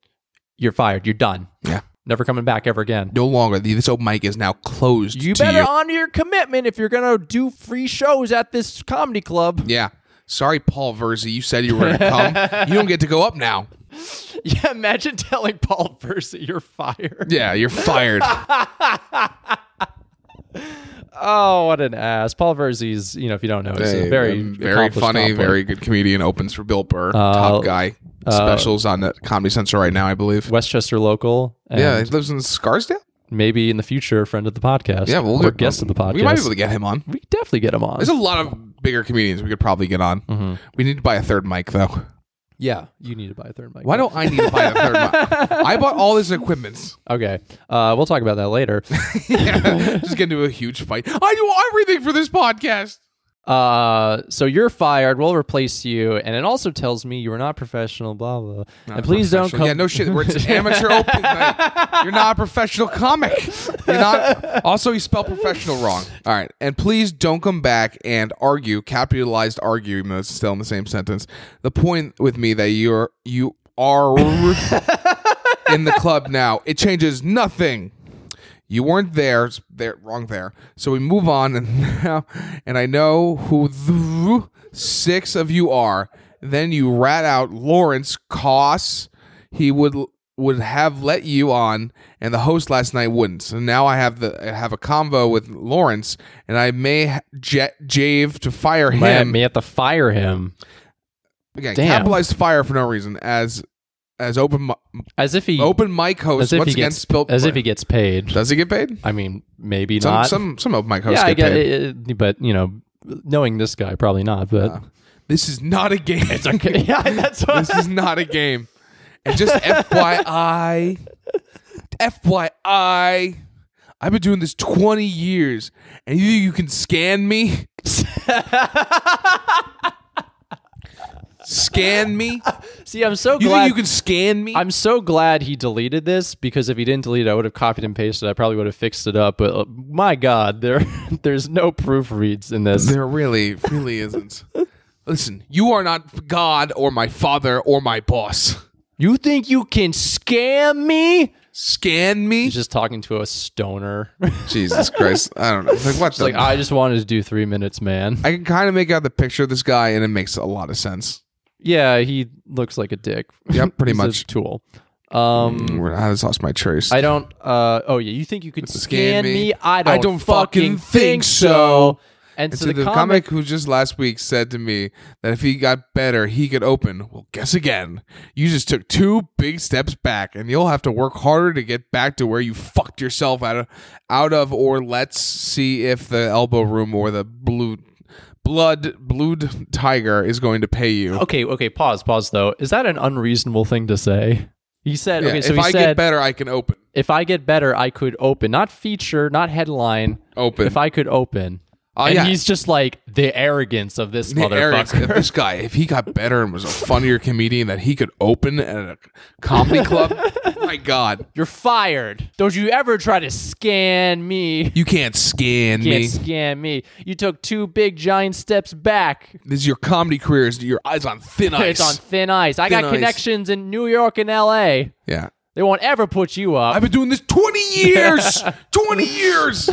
S1: you're fired. You're done.
S2: Yeah.
S1: Never coming back ever again.
S2: No longer. The- This open mic is now closed.
S1: You
S2: to
S1: better
S2: you.
S1: honor your commitment if you're gonna do free shows at this comedy club.
S2: Yeah. Sorry, Paul Verzi. You said you were going to come. you don't get to go up now.
S1: Yeah, imagine telling Paul Versa you're fired.
S2: Yeah, you're fired.
S1: Oh, what an ass. Paul Verzi's, you know, if you don't know, he's a very,
S2: Um, very
S1: accomplished
S2: funny,
S1: top player.
S2: very good comedian. Opens for Bill
S1: Uh,
S2: Burr, top guy. Specials on the Comedy Central right now, I believe.
S1: Westchester local. And
S2: Yeah, he lives in Scarsdale.
S1: maybe in the future, a friend of the podcast.
S2: Yeah, we'll
S1: or
S2: get-
S1: guest of the podcast.
S2: We might be able to get him on.
S1: We could definitely get him on.
S2: There's a lot of bigger comedians we could probably get on.
S1: Mm-hmm.
S2: We need to buy a third mic though.
S1: yeah, you need to buy a third mic.
S2: Why don't I need to buy a third mic? I bought all this equipment.
S1: Okay, uh, we'll talk about that later.
S2: Yeah, just get into a huge fight. I do everything for this podcast.
S1: uh, so you're fired. We'll replace you, and it also tells me you are not professional. Blah blah. and please don't
S2: Professional-
S1: come.
S2: Yeah, no shit. We're it's an amateur open night. You're not a professional comic. You're not. Also, you spell professional wrong. All right, and please don't come back and argue. Capitalized argue, even though it's still in the same sentence. The point with me that you're you are in the club now. It changes nothing. You weren't there. It's There, wrong there. So we move on, and now, and I know who the six of you are. Then you rat out Lawrence Koss. He would would have let you on, and the host last night wouldn't. So now I have the I have a convo with Lawrence, and I may jet jave to fire him.
S1: Might- may have to fire him,
S2: Again,
S1: Damn.
S2: capitalized fire for no reason. As as open mi-
S1: as if he
S2: open mic host
S1: as if
S2: once
S1: he
S2: again
S1: gets
S2: spilled.
S1: as if he gets paid.
S2: does he get paid?
S1: I mean, maybe
S2: Some,
S1: not.
S2: some some open mic hosts
S1: yeah, I
S2: get
S1: get
S2: paid.
S1: it, it- but you know, knowing this guy, probably not. But
S2: This is not a game.
S1: okay, yeah, that's what.
S2: this is not a game. And just FYI, FYI, I've been doing this 20 years, and you think you can scan me? scan me?
S1: See, I'm so
S2: You
S1: glad.
S2: think you can scan me?
S1: I'm so glad he deleted this because if he didn't delete it, I would have copied and pasted. it. I probably would have fixed it up. But uh, my God, there, there's no proofreads in this.
S2: there really, really isn't. Listen, you are not God or my father or my boss.
S1: You think you can scam me?
S2: Scan me?
S1: He's just talking to a stoner.
S2: Jesus Christ. I don't know. It's Like, what the
S1: like I just wanted to do three minutes, man.
S2: I can kind of make out the picture of this guy, and it makes a lot of sense.
S1: Yeah, he looks like a dick.
S2: Yep, pretty
S1: He's a
S2: much.
S1: tool. Um,
S2: Where- I just lost my trace.
S1: I don't. Uh, oh yeah, you think you can scan,
S2: me.
S1: me? I don't.
S2: don't
S1: fucking
S2: fucking think
S1: think so. And,
S2: and
S1: so,
S2: so
S1: the,
S2: the
S1: comic,
S2: comic who just last week said to me that if he got better, he could open. Well, guess again. You just took two big steps back, and you'll have to work harder to get back to where you fucked yourself out of, out of. Or let's see if the elbow room or the blue blood blued tiger is going to pay you.
S1: Okay, okay, pause, pause though. Is that an unreasonable thing to say? He said,
S2: Yeah,
S1: okay, so
S2: if
S1: he
S2: I
S1: said,
S2: get better, I can open.
S1: if I get better, I could open, not feature, not headline,
S2: Open.
S1: if I could open.
S2: Oh,
S1: and
S2: yeah.
S1: he's just like the arrogance of this
S2: The arrogance
S1: motherfucker.
S2: of this guy, if he got better and was a funnier comedian that he could open at a comedy club, my God,
S1: You're fired. Don't you ever try to scan me.
S2: you can't scan
S1: You can't
S2: me.
S1: scan me. You took two big giant steps back.
S2: This is your comedy career. Is your eyes on thin ice?
S1: It's on thin ice. I
S2: Thin
S1: got
S2: ice.
S1: connections in New York and LA.
S2: yeah,
S1: They won't ever put you up.
S2: I've been doing this twenty years. twenty years.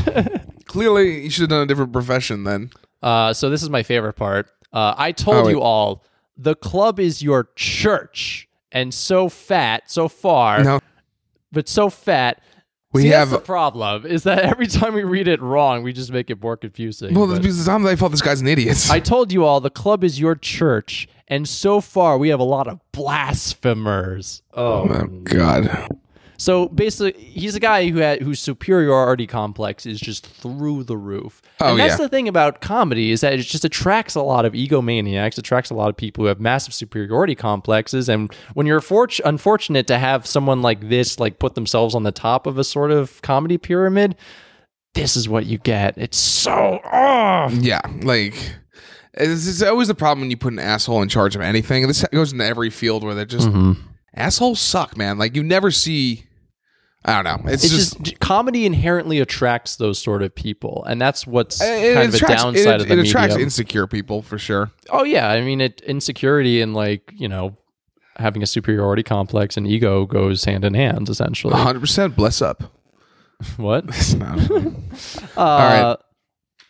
S2: Clearly, you should have done a different profession then.
S1: Uh, so this is my favorite part. Uh, I told
S2: Oh,
S1: you all the club is your church, and so fat, so far,
S2: No.
S1: but so fat.
S2: We
S1: See, that's
S2: have-
S1: the problem is that every time we read it wrong, we just make it more confusing.
S2: Well,
S1: but-
S2: that's because I'm I thought this guy's an idiot.
S1: I told you all the club is your church, and so far we have a lot of blasphemers. Oh,
S2: oh God.
S1: so basically, he's a guy who had, whose superiority complex is just through the roof.
S2: Oh,
S1: and that's
S2: yeah.
S1: the thing about comedy is that it just attracts a lot of egomaniacs, attracts a lot of people who have massive superiority complexes. And when you're fort- unfortunate to have someone like this, like put themselves on the top of a sort of comedy pyramid, this is what you get. It's so oh.
S2: Yeah, like it's, it's always the problem when you put an asshole in charge of anything. This goes into every field where they're just assholes suck, man. Like you never see. I don't know. It's,
S1: It's
S2: just.
S1: just, comedy inherently attracts those sort of people, and that's what's
S2: it, it
S1: kind of
S2: attracts,
S1: a downside
S2: it,
S1: of the
S2: it attracts
S1: medium.
S2: insecure people for sure.
S1: Oh yeah, I mean, it insecurity and like you know having a superiority complex and ego goes hand in hand essentially.
S2: 100 percent. Bless up.
S1: What?
S2: It's not-
S1: Uh,
S2: right.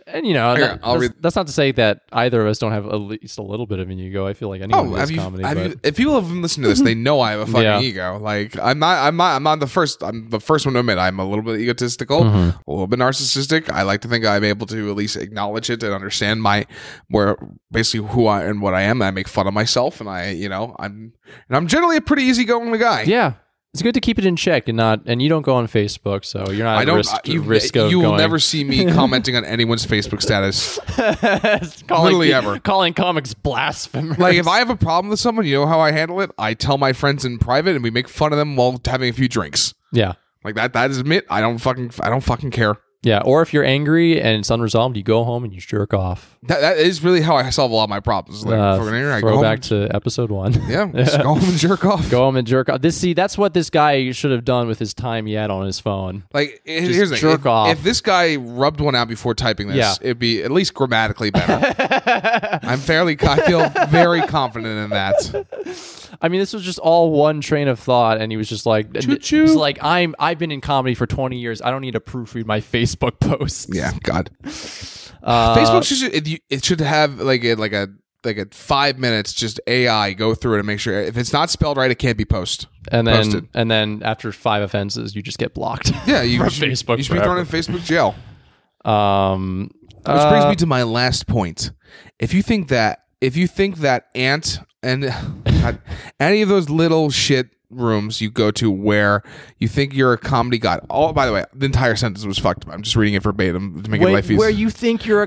S1: And you know,
S2: Here,
S1: that-
S2: I'll
S1: that's,
S2: read-
S1: that's not to say that either of us don't have at least a little bit of an ego. I feel like anyone
S2: oh,
S1: does
S2: have you,
S1: comedy,
S2: have
S1: but
S2: you? If people have listened to this, they know I have a fucking
S1: Yeah.
S2: ego. Like I'm not. I'm not. I'm not the first. I'm the first one to admit I'm a little bit egotistical,
S1: Mm-hmm.
S2: a little bit narcissistic. I like to think I'm able to at least acknowledge it and understand my where basically who I and what I am. I make fun of myself, and I, you know, I'm and I'm generally a pretty easygoing guy.
S1: yeah, it's good to keep it in check and not. And you don't go on Facebook, so you're not.
S2: I
S1: at
S2: don't.
S1: risk,
S2: I- you uh,
S1: risk of
S2: you will
S1: going-
S2: never see me commenting on anyone's Facebook status.
S1: calling
S2: Literally
S1: pe-
S2: ever.
S1: calling comics blasphemers.
S2: Like if I have a problem with someone, you know how I handle it. I tell my friends in private, and we make fun of them while having a few drinks.
S1: yeah.
S2: Like that. That is admit. I don't fucking. I don't fucking care.
S1: Yeah, or if you're angry and it's unresolved, you go home and you jerk off.
S2: That, that is really how I solve a lot of my problems. Like,
S1: Uh,
S2: fucking here, I go
S1: throw
S2: home,
S1: back to episode one.
S2: yeah, just go home and jerk off.
S1: go home and jerk off. This see, that's what this guy should have done with his time he had on his phone.
S2: Like i- here's the thing.
S1: jerk
S2: if,
S1: off.
S2: if this guy rubbed one out before typing this,
S1: Yeah.
S2: it'd be at least grammatically better. I'm fairly. I feel very confident in that.
S1: I mean, this was just all one train of thought, and he was just like,
S2: Choo-choo.
S1: he's like, I'm I've been in comedy for 20 years. I don't need to proofread my Facebook posts.
S2: Yeah, God.
S1: Uh,
S2: Facebook should it, you- it should have like a like a like a five minutes just AI go through it and make sure if it's not spelled right, it can't be post.
S1: and then
S2: posted.
S1: and then after five offenses, you just get blocked.
S2: Yeah, you
S1: From
S2: should,
S1: Facebook
S2: You should be thrown in Facebook jail.
S1: um,
S2: Which
S1: uh,
S2: brings me to my last point. If you think that if you think that ant and God, any of those little shit rooms you go to where you think you're a comedy god. Oh, by the way, the entire sentence was fucked up. I'm just reading it verbatim to make it life
S1: Wait,
S2: easy.
S1: where you think you're a,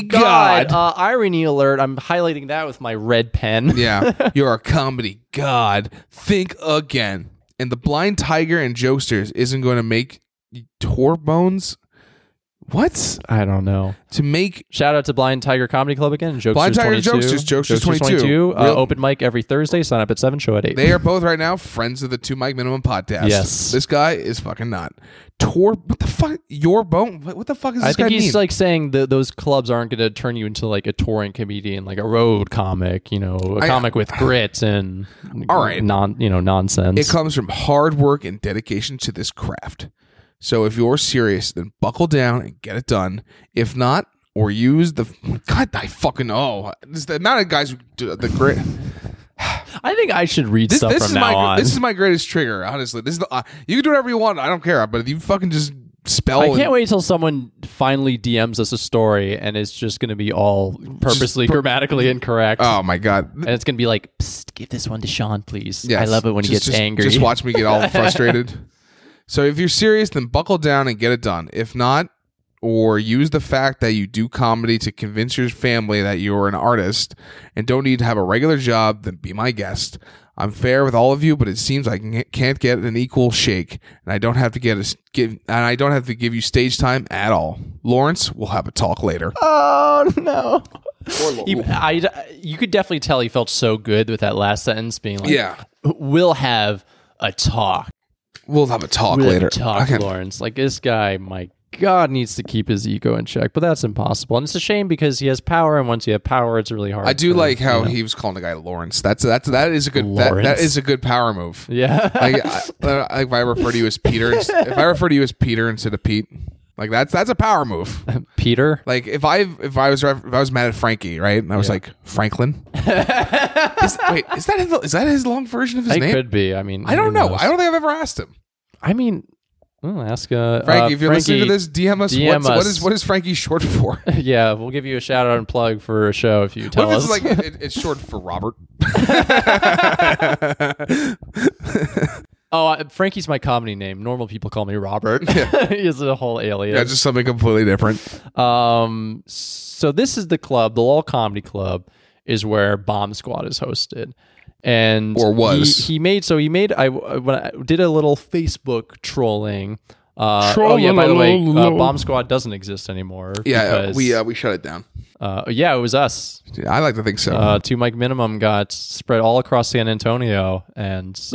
S1: comedy, god. Uh, irony alert. I'm highlighting that with my red pen.
S2: yeah, you're a comedy god. Think again. And the blind tiger and jokesters isn't going to make Torbones. What
S1: I don't know.
S2: to make?
S1: Shout out to Blind Tiger Comedy Club again. Jokesters
S2: Blind Tiger
S1: 22.
S2: Jokesters, Jokesters 22.
S1: Uh,
S2: Real-
S1: Open mic every Thursday. Sign up at 7, show at 8.
S2: They are both right now friends of the Two Mike Minimum podcast.
S1: Yes.
S2: this guy is fucking not Tor. What the fuck? Your bone? What, what the fuck is this
S1: I think
S2: guy
S1: he's
S2: mean?
S1: like saying that those clubs aren't going to turn you into like a touring comedian, like a road comic, you know, a
S2: I-
S1: comic with grit and
S2: All right.
S1: non, you know, nonsense.
S2: it comes from hard work and dedication to this craft. So if you're serious, then buckle down and get it done. If not, or use the God, I fucking oh, this, the amount of guys who do the grit.
S1: I think I should read
S2: This,
S1: stuff
S2: this
S1: from
S2: is
S1: now
S2: my
S1: on.
S2: this is my greatest trigger. Honestly, this is the, uh, you can do whatever you want. I don't care. But if you fucking just spell,
S1: I
S2: and-
S1: can't wait till someone finally DMs us a story and it's just going to be all purposely grammatically incorrect.
S2: Oh my god.
S1: and it's going to be like, Psst, give this one to Sean, please.
S2: Yes.
S1: I love it when he
S2: Just-
S1: gets
S2: just-
S1: angry.
S2: Just watch me get all frustrated. So if you're serious, then buckle down and get it done. If not, or use the fact that you do comedy to convince your family that you're an artist and don't need to have a regular job, then be my guest. I'm fair with all of you, but it seems I can- can't get an equal shake, and I don't have to get a s- give, and I don't have to give you stage time at all. Lawrence, we'll have a talk later.
S1: Oh no. He- I, you could definitely tell he felt so good with that last sentence being like,
S2: Yeah,
S1: we'll have a talk.
S2: we'll have a talk
S1: We'll have
S2: later.
S1: a talk,
S2: Okay.
S1: Lawrence. Like this guy, my God, needs to keep his ego in check, but that's impossible. And it's a shame because he has power, and once you have power, it's really hard.
S2: I do
S1: for-
S2: like how he was calling the guy Lawrence. That's that's that is a good that, that
S1: uh, Lawrence.
S2: is a good power move.
S1: Yeah.
S2: Like, I, uh, like if I refer to you as Peter, if I refer to you as Peter instead of Pete, like that's that's a power move.
S1: Peter.
S2: Like if I if I was ref- if I was mad at Frankie, right? And I was like Franklin. Is- wait, is that his, is that his long version of his
S1: It
S2: name?
S1: could be. I mean,
S2: I
S1: who
S2: don't know.
S1: knows?
S2: I don't think I've ever asked him.
S1: I mean, I'll ask uh,
S2: Frankie,
S1: uh,
S2: if you're listening to
S1: Frankie,
S2: this, DM us.
S1: DM
S2: what's, What
S1: us.
S2: is what is Frankie short for?
S1: yeah, we'll give you a shout out and plug for a show if you tell
S2: What if
S1: us.
S2: it's like it, it's short for Robert?
S1: oh, I- Frankie's my comedy name. Normal people call me Robert. he is a whole alias.
S2: yeah, just something completely different.
S1: Um, so this is the club, the Lol Comedy Club, is where Bomb Squad is hosted, and
S2: Or was.
S1: he, he made so he made I when I did a little Facebook trolling. Uh, oh
S2: Trolling
S1: yeah, by the way,
S2: along.
S1: uh, Bomb Squad doesn't exist anymore.
S2: Yeah,
S1: because,
S2: we uh, we shut it down.
S1: uh, yeah, it was us.
S2: I like to think so.
S1: Uh, two Mike Minimum got spread all across San Antonio, and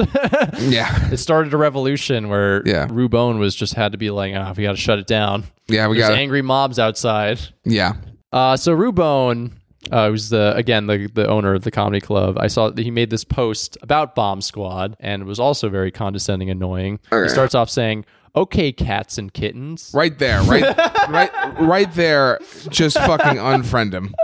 S2: yeah,
S1: it started a revolution where
S2: Yeah.
S1: Rubone was just had to be like, ah, we got to shut it down.
S2: yeah, we
S1: There's
S2: got it.
S1: angry mobs outside.
S2: Yeah,
S1: Uh, so Rubone, uh, who's the again the the owner of the comedy club, I saw that he made this post about Bomb Squad and was also very condescending, and annoying. He starts off saying, "Okay, cats and kittens."
S2: right there, right, right, right there. Just fucking unfriend him.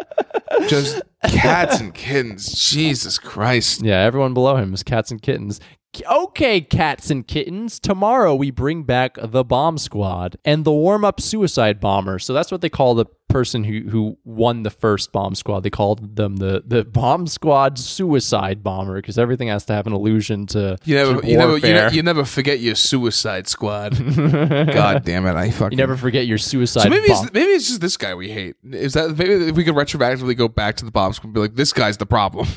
S2: Just cats and kittens. Jesus Christ.
S1: Yeah, everyone below him is cats and kittens. K- Okay, cats and kittens. Tomorrow we bring back the bomb squad and the warm up suicide bomber. So that's what they call the person who, who won the first bomb squad. They called them the, the bomb squad suicide bomber because everything has to have an allusion to,
S2: You never,
S1: to
S2: you never, you,
S1: warfare.
S2: ne- you never forget your Suicide Squad. God damn it! I
S1: You
S2: fucking.
S1: never forget your suicide
S2: So maybe
S1: bomb.
S2: it's, maybe it's just this guy we hate. Is that maybe if we could retroactively go back to the bomb squad and be like, this guy's the problem?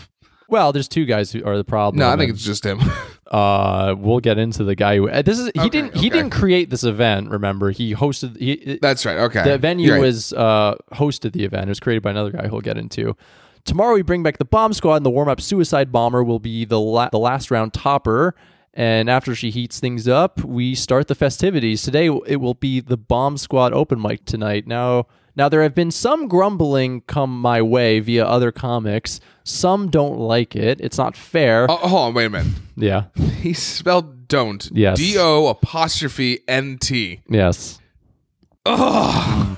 S1: well, there's two guys who are the problem.
S2: No, I think it's just him.
S1: uh, we'll get into the guy who uh, this is. He didn't. He
S2: okay.
S1: didn't create this event. Remember, he hosted. He,
S2: That's right. Okay.
S1: The venue
S2: You're right.
S1: was uh, hosted the event. It was created by another guy who we'll get into. Tomorrow we bring back the bomb squad, and the warm up suicide bomber will be the la- the last round topper. And after she heats things up, we start the festivities. Today it will be the bomb squad open mic tonight. Now, now there have been some grumbling come my way via other comics. Some don't like it. It's not fair.
S2: Oh, hold on, wait a minute.
S1: Yeah.
S2: He spelled don't.
S1: Yes.
S2: D O apostrophe N T.
S1: Yes.
S2: Ugh.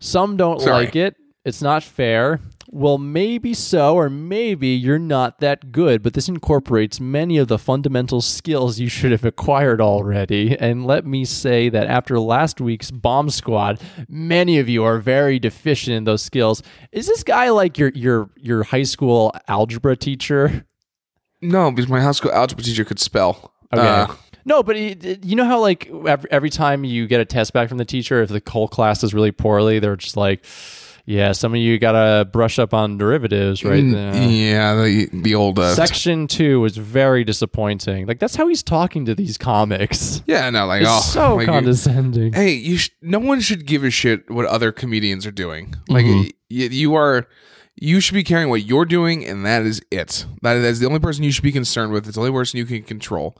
S1: Some don't
S2: Sorry.
S1: like it. It's not fair. Well, maybe so, or maybe you're not that good, but this incorporates many of the fundamental skills you should have acquired already. And let me say that after last week's bomb squad, many of you are very deficient in those skills. Is this guy like your your your high school algebra teacher?
S2: No, because my high school algebra teacher could spell.
S1: Okay.
S2: Uh,
S1: no, but it, it- you know how like every, every time you get a test back from the teacher, if the whole class is really poorly, they're just like, "Yeah, some of you gotta brush up on derivatives, right?"
S2: yeah.
S1: now."
S2: the the old. Uh,
S1: Section two was very disappointing. Like that's how he's talking to these comics.
S2: yeah, no, like
S1: It's
S2: oh,
S1: so
S2: like,
S1: condescending.
S2: Hey, you. Sh- no one should give a shit what other comedians are doing. Like
S1: Mm-hmm.
S2: y- y- you are. You should be caring what you're doing, and that is it. That is the only person you should be concerned with. It's the only person you can control,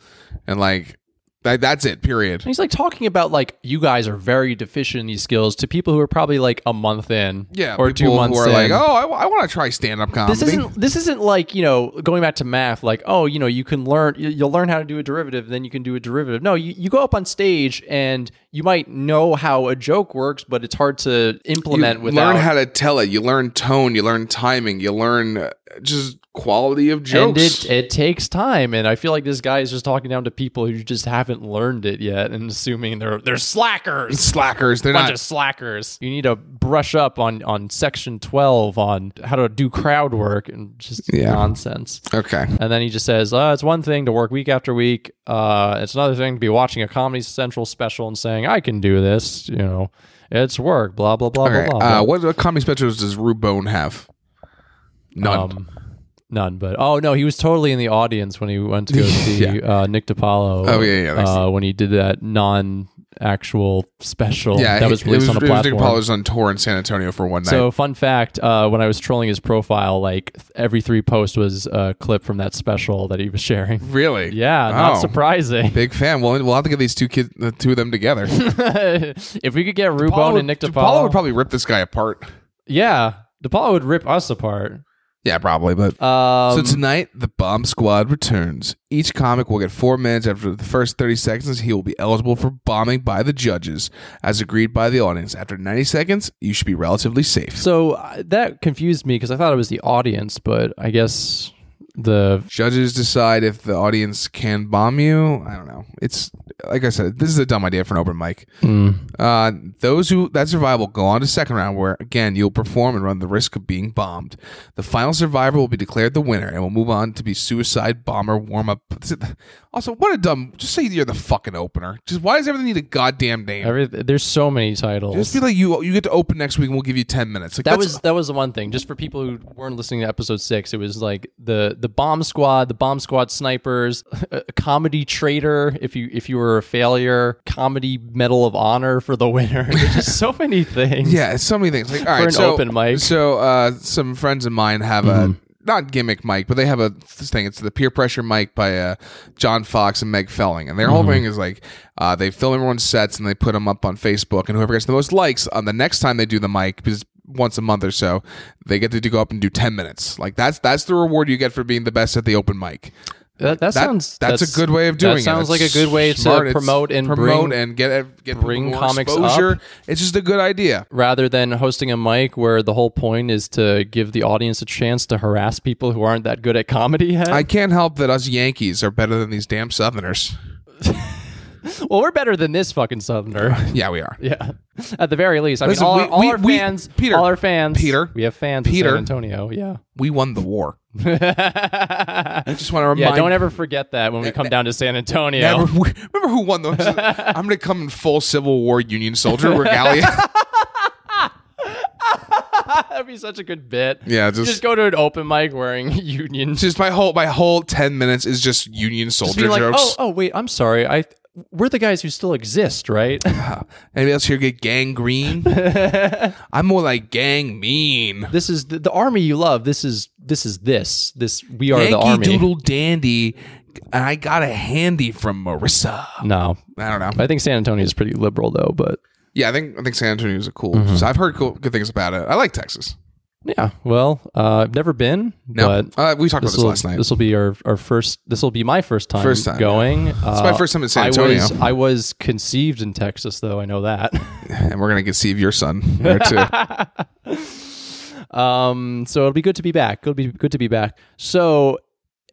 S2: and like that, that's it. Period.
S1: And he's like talking about like you guys are very deficient in these skills to people who are probably like a month in,
S2: Yeah,
S1: or two
S2: people
S1: months
S2: who are
S1: in.
S2: like, oh, I, want to try stand up comedy.
S1: this isn't this isn't like you know going back to math like oh you know you can learn you- you'll learn how to do a derivative then you can do a derivative no you, you go up on stage and you might know how a joke works but it's hard to implement
S2: you
S1: without
S2: learn how to tell it. You learn tone. You learn timing. You learn uh, just quality of
S1: and
S2: jokes.
S1: it, it takes time and i feel like this guy is just talking down to people who just haven't learned it yet and assuming they're they're slackers
S2: Slackers. They're
S1: bunch
S2: not.
S1: of slackers you need to brush up on on section 12 on how to do crowd work and just
S2: Yeah.
S1: nonsense
S2: okay.
S1: And then he just says, uh, it's one thing to work week after week. Uh, it's another thing to be watching a Comedy Central special and saying, I can do this. You know, It's work. Blah blah blah
S2: All right.
S1: blah blah.
S2: Uh, what, what comedy specials does Rube Bone have? None.
S1: Um, none, but oh no, he was totally in the audience when he went to go see uh, Nick DiPaolo.
S2: Oh, yeah, yeah, that's-
S1: Uh, when he did that non-actual special
S2: yeah,
S1: that
S2: he-
S1: was
S2: it
S1: released on a
S2: it was Nick
S1: platform.
S2: Paolo's on tour in San Antonio for one night.
S1: so fun fact: uh, when I was trolling his profile, like th- every three posts was a clip from that special that he was sharing.
S2: really?
S1: Yeah,
S2: Oh.
S1: not surprising.
S2: Big fan. Well, we'll have to get these two kids, the two of them together.
S1: if we could get Rubone
S2: Paolo-
S1: and Nick DiPaolo,
S2: Paolo would probably rip this guy apart.
S1: yeah, DiPaolo would rip us apart.
S2: Yeah, probably. But
S1: Um,
S2: so tonight, the Bomb Squad returns. Each comic will get four minutes. After the first thirty seconds, he will be eligible for bombing by the judges, as agreed by the audience. After ninety seconds, you should be relatively safe.
S1: So uh, that confused me because I thought it was the audience, but I guess the
S2: Judges decide if the audience can bomb you. I don't know. It's like I said, this is a dumb idea for an open mic.
S1: Mm.
S2: Uh, those who that survive will go on to second round, where again you'll perform and run the risk of being bombed. The final survivor will be declared the winner, and will move on to be suicide bomber warm up. Also, what a dumb! Just say you're the fucking opener. Just why does everything need a goddamn name?
S1: every there's so many titles.
S2: just be like you. You get to open next week, and we'll give you ten minutes. Like
S1: that
S2: that's-
S1: was that was the one thing. Just for people who weren't listening to episode six, it was like the the bomb squad, the bomb squad snipers, a comedy traitor. If you if you were a failure, comedy medal of honor for the winner. There's just so many things.
S2: Yeah, it's so many things. Like, all right,
S1: an
S2: so,
S1: open mic.
S2: So, uh, some friends of mine have a not gimmick mic, but they have a th- thing. It's the peer pressure mic by uh, John Fox and Meg Felling, and their whole thing is like uh, they film everyone's sets and they put them up on Facebook, and whoever gets the most likes on the next time they do the mic because once a month or so they get to do- go up and do 10 minutes like that's that's the reward you get for being the best at the open mic
S1: that, that
S2: That-
S1: sounds
S2: that's, a good way of doing
S1: that
S2: it.
S1: Sounds
S2: It's
S1: like a good way
S2: smart.
S1: to
S2: It's
S1: promote and
S2: promote
S1: bring
S2: and get get
S1: bring
S2: people more
S1: comics up.
S2: exposure. It's just a good idea.
S1: rather than hosting a mic where the whole point is to give the audience a chance to harass people who aren't that good at comedy yet.
S2: I can't help that us Yankees are better than these damn Southerners.
S1: well, we're better than this fucking southerner.
S2: Yeah, we are.
S1: yeah, at the very least. I
S2: Listen,
S1: mean, all,
S2: we-
S1: our, all
S2: we-
S1: our
S2: we-
S1: fans,
S2: Peter,
S1: all our fans,
S2: Peter,
S1: we have fans,
S2: Peter.
S1: in San Antonio. Yeah,
S2: We won the war. Just want to remind.
S1: yeah. Don't ever forget that when we come down to San Antonio.
S2: Never- remember who won those? I'm gonna come in full Civil War Union soldier regalia.
S1: That'd be such a good bit.
S2: yeah, just,
S1: Just
S2: just
S1: go to an open mic wearing union
S2: my whole my whole ten minutes is just Union
S1: Just
S2: soldier
S1: be like,
S2: jokes.
S1: oh, oh, wait, I'm sorry. I we're the guys who still exist, right?
S2: Anybody else here get gangrene? I'm more like gang mean.
S1: this is the, the army you love. This is this is this this we are the
S2: Yankee
S1: army.
S2: Doodle Dandy, and I got a handy from Marissa.
S1: No,
S2: I don't know.
S1: I think San Antonio is pretty liberal though. But
S2: Yeah, I think I think San Antonio is a cool.
S1: Mm-hmm.
S2: So I've heard cool, good things about it. I like Texas.
S1: yeah, well, uh, I've never been,
S2: No,
S1: but
S2: uh, we talked about
S1: this
S2: this
S1: will
S2: last night.
S1: this will be our, our first. This will be my first time,
S2: First time,
S1: going. Uh,
S2: my first time in
S1: I
S2: San
S1: was,
S2: Antonio.
S1: I was conceived in Texas, though I know that.
S2: and we're gonna conceive your son there too.
S1: um, so it'll be good to be back. It'll be good to be back. So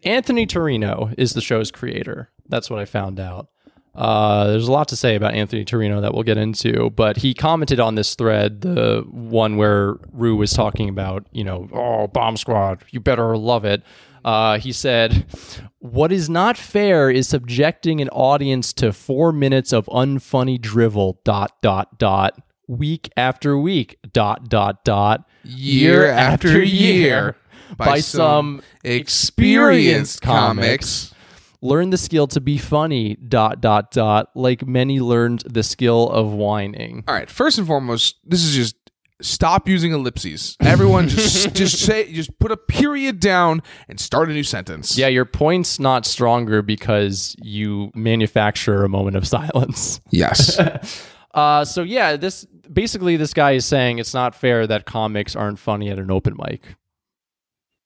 S1: Anthony Torino is the show's creator. That's what I found out. Uh, there's a lot to say about Anthony Torino that we'll get into, but he commented on this thread, the one where Rue was talking about, you know, oh, Bomb Squad, you better love it. Uh, he said, What is not fair is subjecting an audience to four minutes of unfunny drivel, dot, dot, dot, week after week, dot, dot, dot,
S2: Year after year,
S1: by, some
S2: experienced comics.
S1: learn the skill to be funny dot dot dot like many learned the skill of whining
S2: All right. First and foremost, this is just stop using ellipses. Everyone just just say just put a period down and start a new sentence.
S1: yeah your point's not stronger because you manufacture a moment of silence
S2: Yes.
S1: uh, so yeah this basically this guy is saying it's not fair that comics aren't funny at an open mic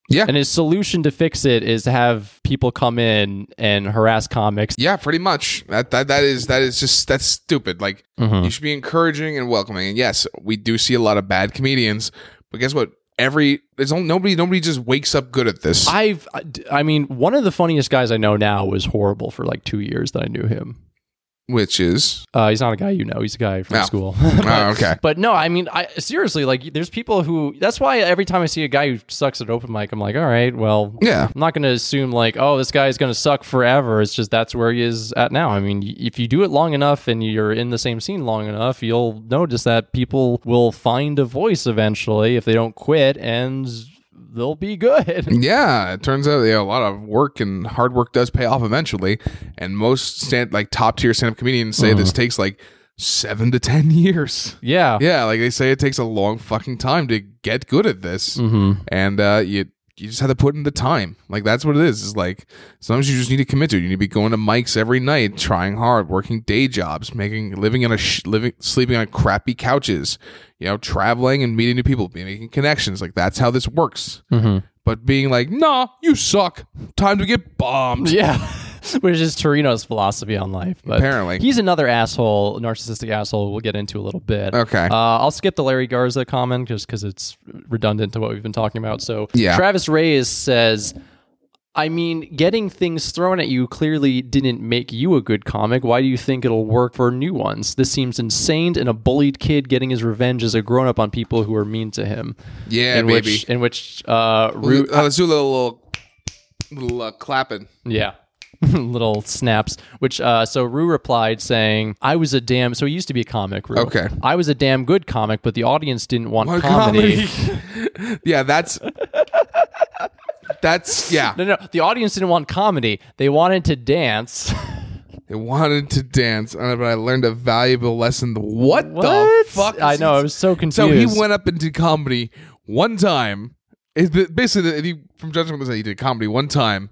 S2: Yeah.
S1: and his solution to fix it is to have people come in and harass comics
S2: Yeah, pretty much. That that that is that is just that's stupid. Like
S1: Mm-hmm.
S2: you should be encouraging and welcoming. And yes, we do see a lot of bad comedians, but guess what? Every there's only, nobody nobody just wakes up good at this.
S1: I've, I mean, one of the funniest guys I know now was horrible for like two years that I knew him.
S2: which is
S1: Uh, he's not a guy you know. He's a guy from
S2: Oh.
S1: school.
S2: oh, okay.
S1: But no, I mean, I seriously like. There's people who. That's why every time I see a guy who sucks at open mic, I'm like, all right, well,
S2: Yeah.
S1: I'm not going to assume like, oh, this guy is going to suck forever. It's just that's where he is at now. I mean, y- if you do it long enough and you're in the same scene long enough, you'll notice that people will find a voice eventually if they don't quit, and they'll be good.
S2: Yeah, it turns out yeah, a lot of work and hard work does pay off eventually. And most stand like top tier stand up comedians say this takes like seven to ten years.
S1: yeah.
S2: Yeah, like they say it takes a long fucking time to get good at this.
S1: Mm-hmm.
S2: And uh you you just have to put in the time. Like that's what it is. Is like sometimes you just need to commit to it. You need to be going to mics every night, trying hard, working day jobs, making living on a sh- living sleeping on crappy couches, you know, traveling and meeting new people, making connections. Like that's how this works
S1: Mm-hmm.
S2: but being like, nah, you suck. Time to get bombed.
S1: Yeah. Which is Torino's philosophy on life. But
S2: Apparently.
S1: He's another asshole, narcissistic asshole we'll get into a little bit.
S2: Okay.
S1: Uh, I'll skip the Larry Garza comment just because it's redundant to what we've been talking about. So
S2: Yeah.
S1: Travis Reyes says, I mean, getting things thrown at you clearly didn't make you a good comic. Why do you think it'll work for new ones? This seems insane, and a bullied kid getting his revenge as a grown up on people who are mean to him.
S2: yeah,
S1: in
S2: baby.
S1: which, in which, uh, Ru-
S2: Uh, let's do a little, little, little uh, clapping.
S1: Yeah. little snaps which uh so rue replied saying i was a damn so he used to be a comic rue.
S2: Okay.
S1: i was a damn good comic but the audience didn't want
S2: Or
S1: comedy.
S2: comedy. Oh, yeah, that's. That's yeah.
S1: no no the audience didn't want comedy they wanted to dance
S2: They wanted to dance, uh, but I learned a valuable lesson. What, the
S1: What?
S2: fuck? is
S1: i know
S2: he-
S1: i was so confused
S2: So he went up and did comedy one time. It's ba- basically, he, from judging from this, he did comedy one time,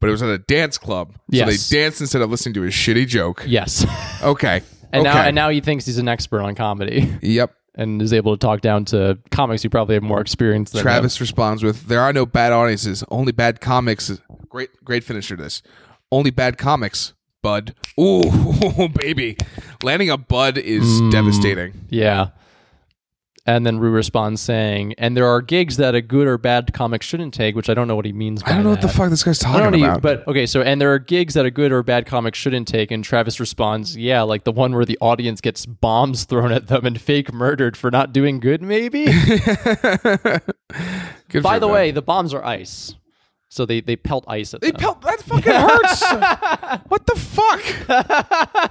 S2: but it was at a dance club.
S1: Yes.
S2: So they danced instead of listening to his shitty joke.
S1: yes
S2: Okay.
S1: and
S2: okay.
S1: now and now he thinks he's an expert on comedy
S2: Yep.
S1: and is able to talk down to comics who probably have more experience than him.
S2: Travis responds with, "There are no bad audiences, only bad comics." Great, great finisher. to This, only bad comics. Bud, ooh, baby, landing a bud is devastating.
S1: Yeah. And then Rue responds saying, and there are gigs that a good or bad comic shouldn't take, which I don't know what he means by
S2: I don't know what the
S1: that.
S2: fuck this guy's
S1: I don't
S2: talking
S1: know,
S2: about.
S1: but okay. So, and there are gigs that a good or bad comic shouldn't take, and Travis responds, "Yeah, like the one where the audience gets bombs thrown at them and fake murdered for not doing good, maybe."
S2: Good for
S1: By the
S2: him.
S1: way, the bombs are ice, so they they pelt ice at
S2: they
S1: them.
S2: pelt that fucking hurts. what the fuck?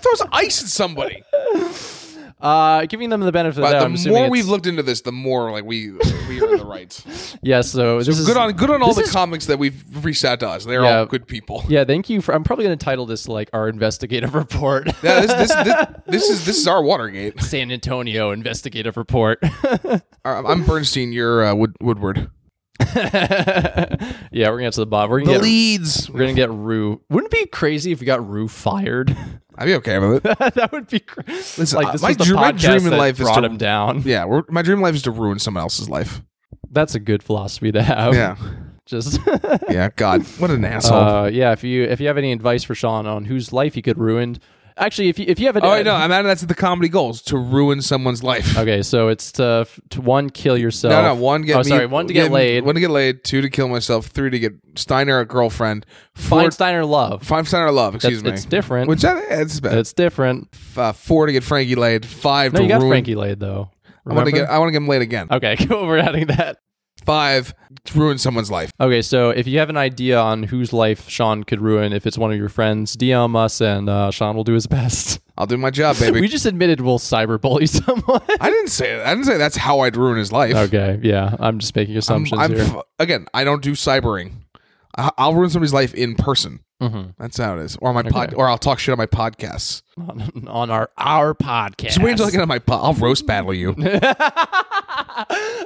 S2: throws ice at somebody.
S1: uh, giving them the benefit of the doubt.
S2: But
S1: I'm
S2: the
S1: assuming
S2: more
S1: it's-
S2: we've looked into this, the more like we we are in the right.
S1: yeah. So, this is
S2: good on good on all
S1: this
S2: the
S1: is-
S2: comics that we've reached out to us. They're
S1: Yeah.
S2: all good people.
S1: Yeah, thank you for. I'm probably going to title this like our investigative report.
S2: Yeah, this, this, this, this is this is our Watergate.
S1: San Antonio investigative report.
S2: Uh, I'm Bernstein. You're uh, Wood, Woodward.
S1: yeah, we're gonna get to the bottom. We're gonna get,
S2: Leeds.
S1: we're gonna get Rue. Wouldn't it be crazy if we got Rue fired?
S2: I'd be okay with it.
S1: that would be cra- like this
S2: uh, my
S1: is the
S2: dream- my
S1: podcast
S2: dream in
S1: that
S2: life is
S1: brought
S2: to-
S1: him down.
S2: Yeah, we're, my dream life is to ruin someone else's life.
S1: That's a good philosophy to have.
S2: Yeah,
S1: Just
S2: yeah. God, what an asshole.
S1: uh, yeah. If you if you have any advice for Sean on whose life he could ruin, actually, if you if you have an,
S2: oh, wait, no, I'm out. That's the comedy goals to ruin someone's life.
S1: okay, so it's to to one kill yourself.
S2: No, no. One get
S1: oh,
S2: me-
S1: sorry, one to get, laid.
S2: One to get laid. Two to kill myself. Three to get Steiner a girlfriend. Four.
S1: Feinsteiner love.
S2: Five Steiner love. Excuse me.
S1: It's different.
S2: Which that, that's bad.
S1: it's different.
S2: F- uh, four to get Frankie laid. Five
S1: No,
S2: to
S1: you got
S2: ruin.
S1: Frankie laid though.
S2: I want to
S1: Remember?
S2: get. I want to get him laid again.
S1: Okay, cool. We're adding that.
S2: Five to ruin someone's life.
S1: Okay, so if you have an idea on whose life Sean could ruin, if it's one of your friends, DM us and uh, Sean will do his best.
S2: I'll do my job, baby.
S1: We just admitted we'll cyberbully someone.
S2: I didn't say I didn't say that's how I'd ruin his life.
S1: okay, yeah, I'm just making assumptions
S2: I'm,
S1: here.
S2: f- again, I don't do cybering. I, I'll ruin somebody's life in person.
S1: Mhm.
S2: That's how it is. Or on my pod, or I'll talk shit on my podcasts.
S1: on, on our our podcast.
S2: Just wait until I get on my pod. I'll roast battle you.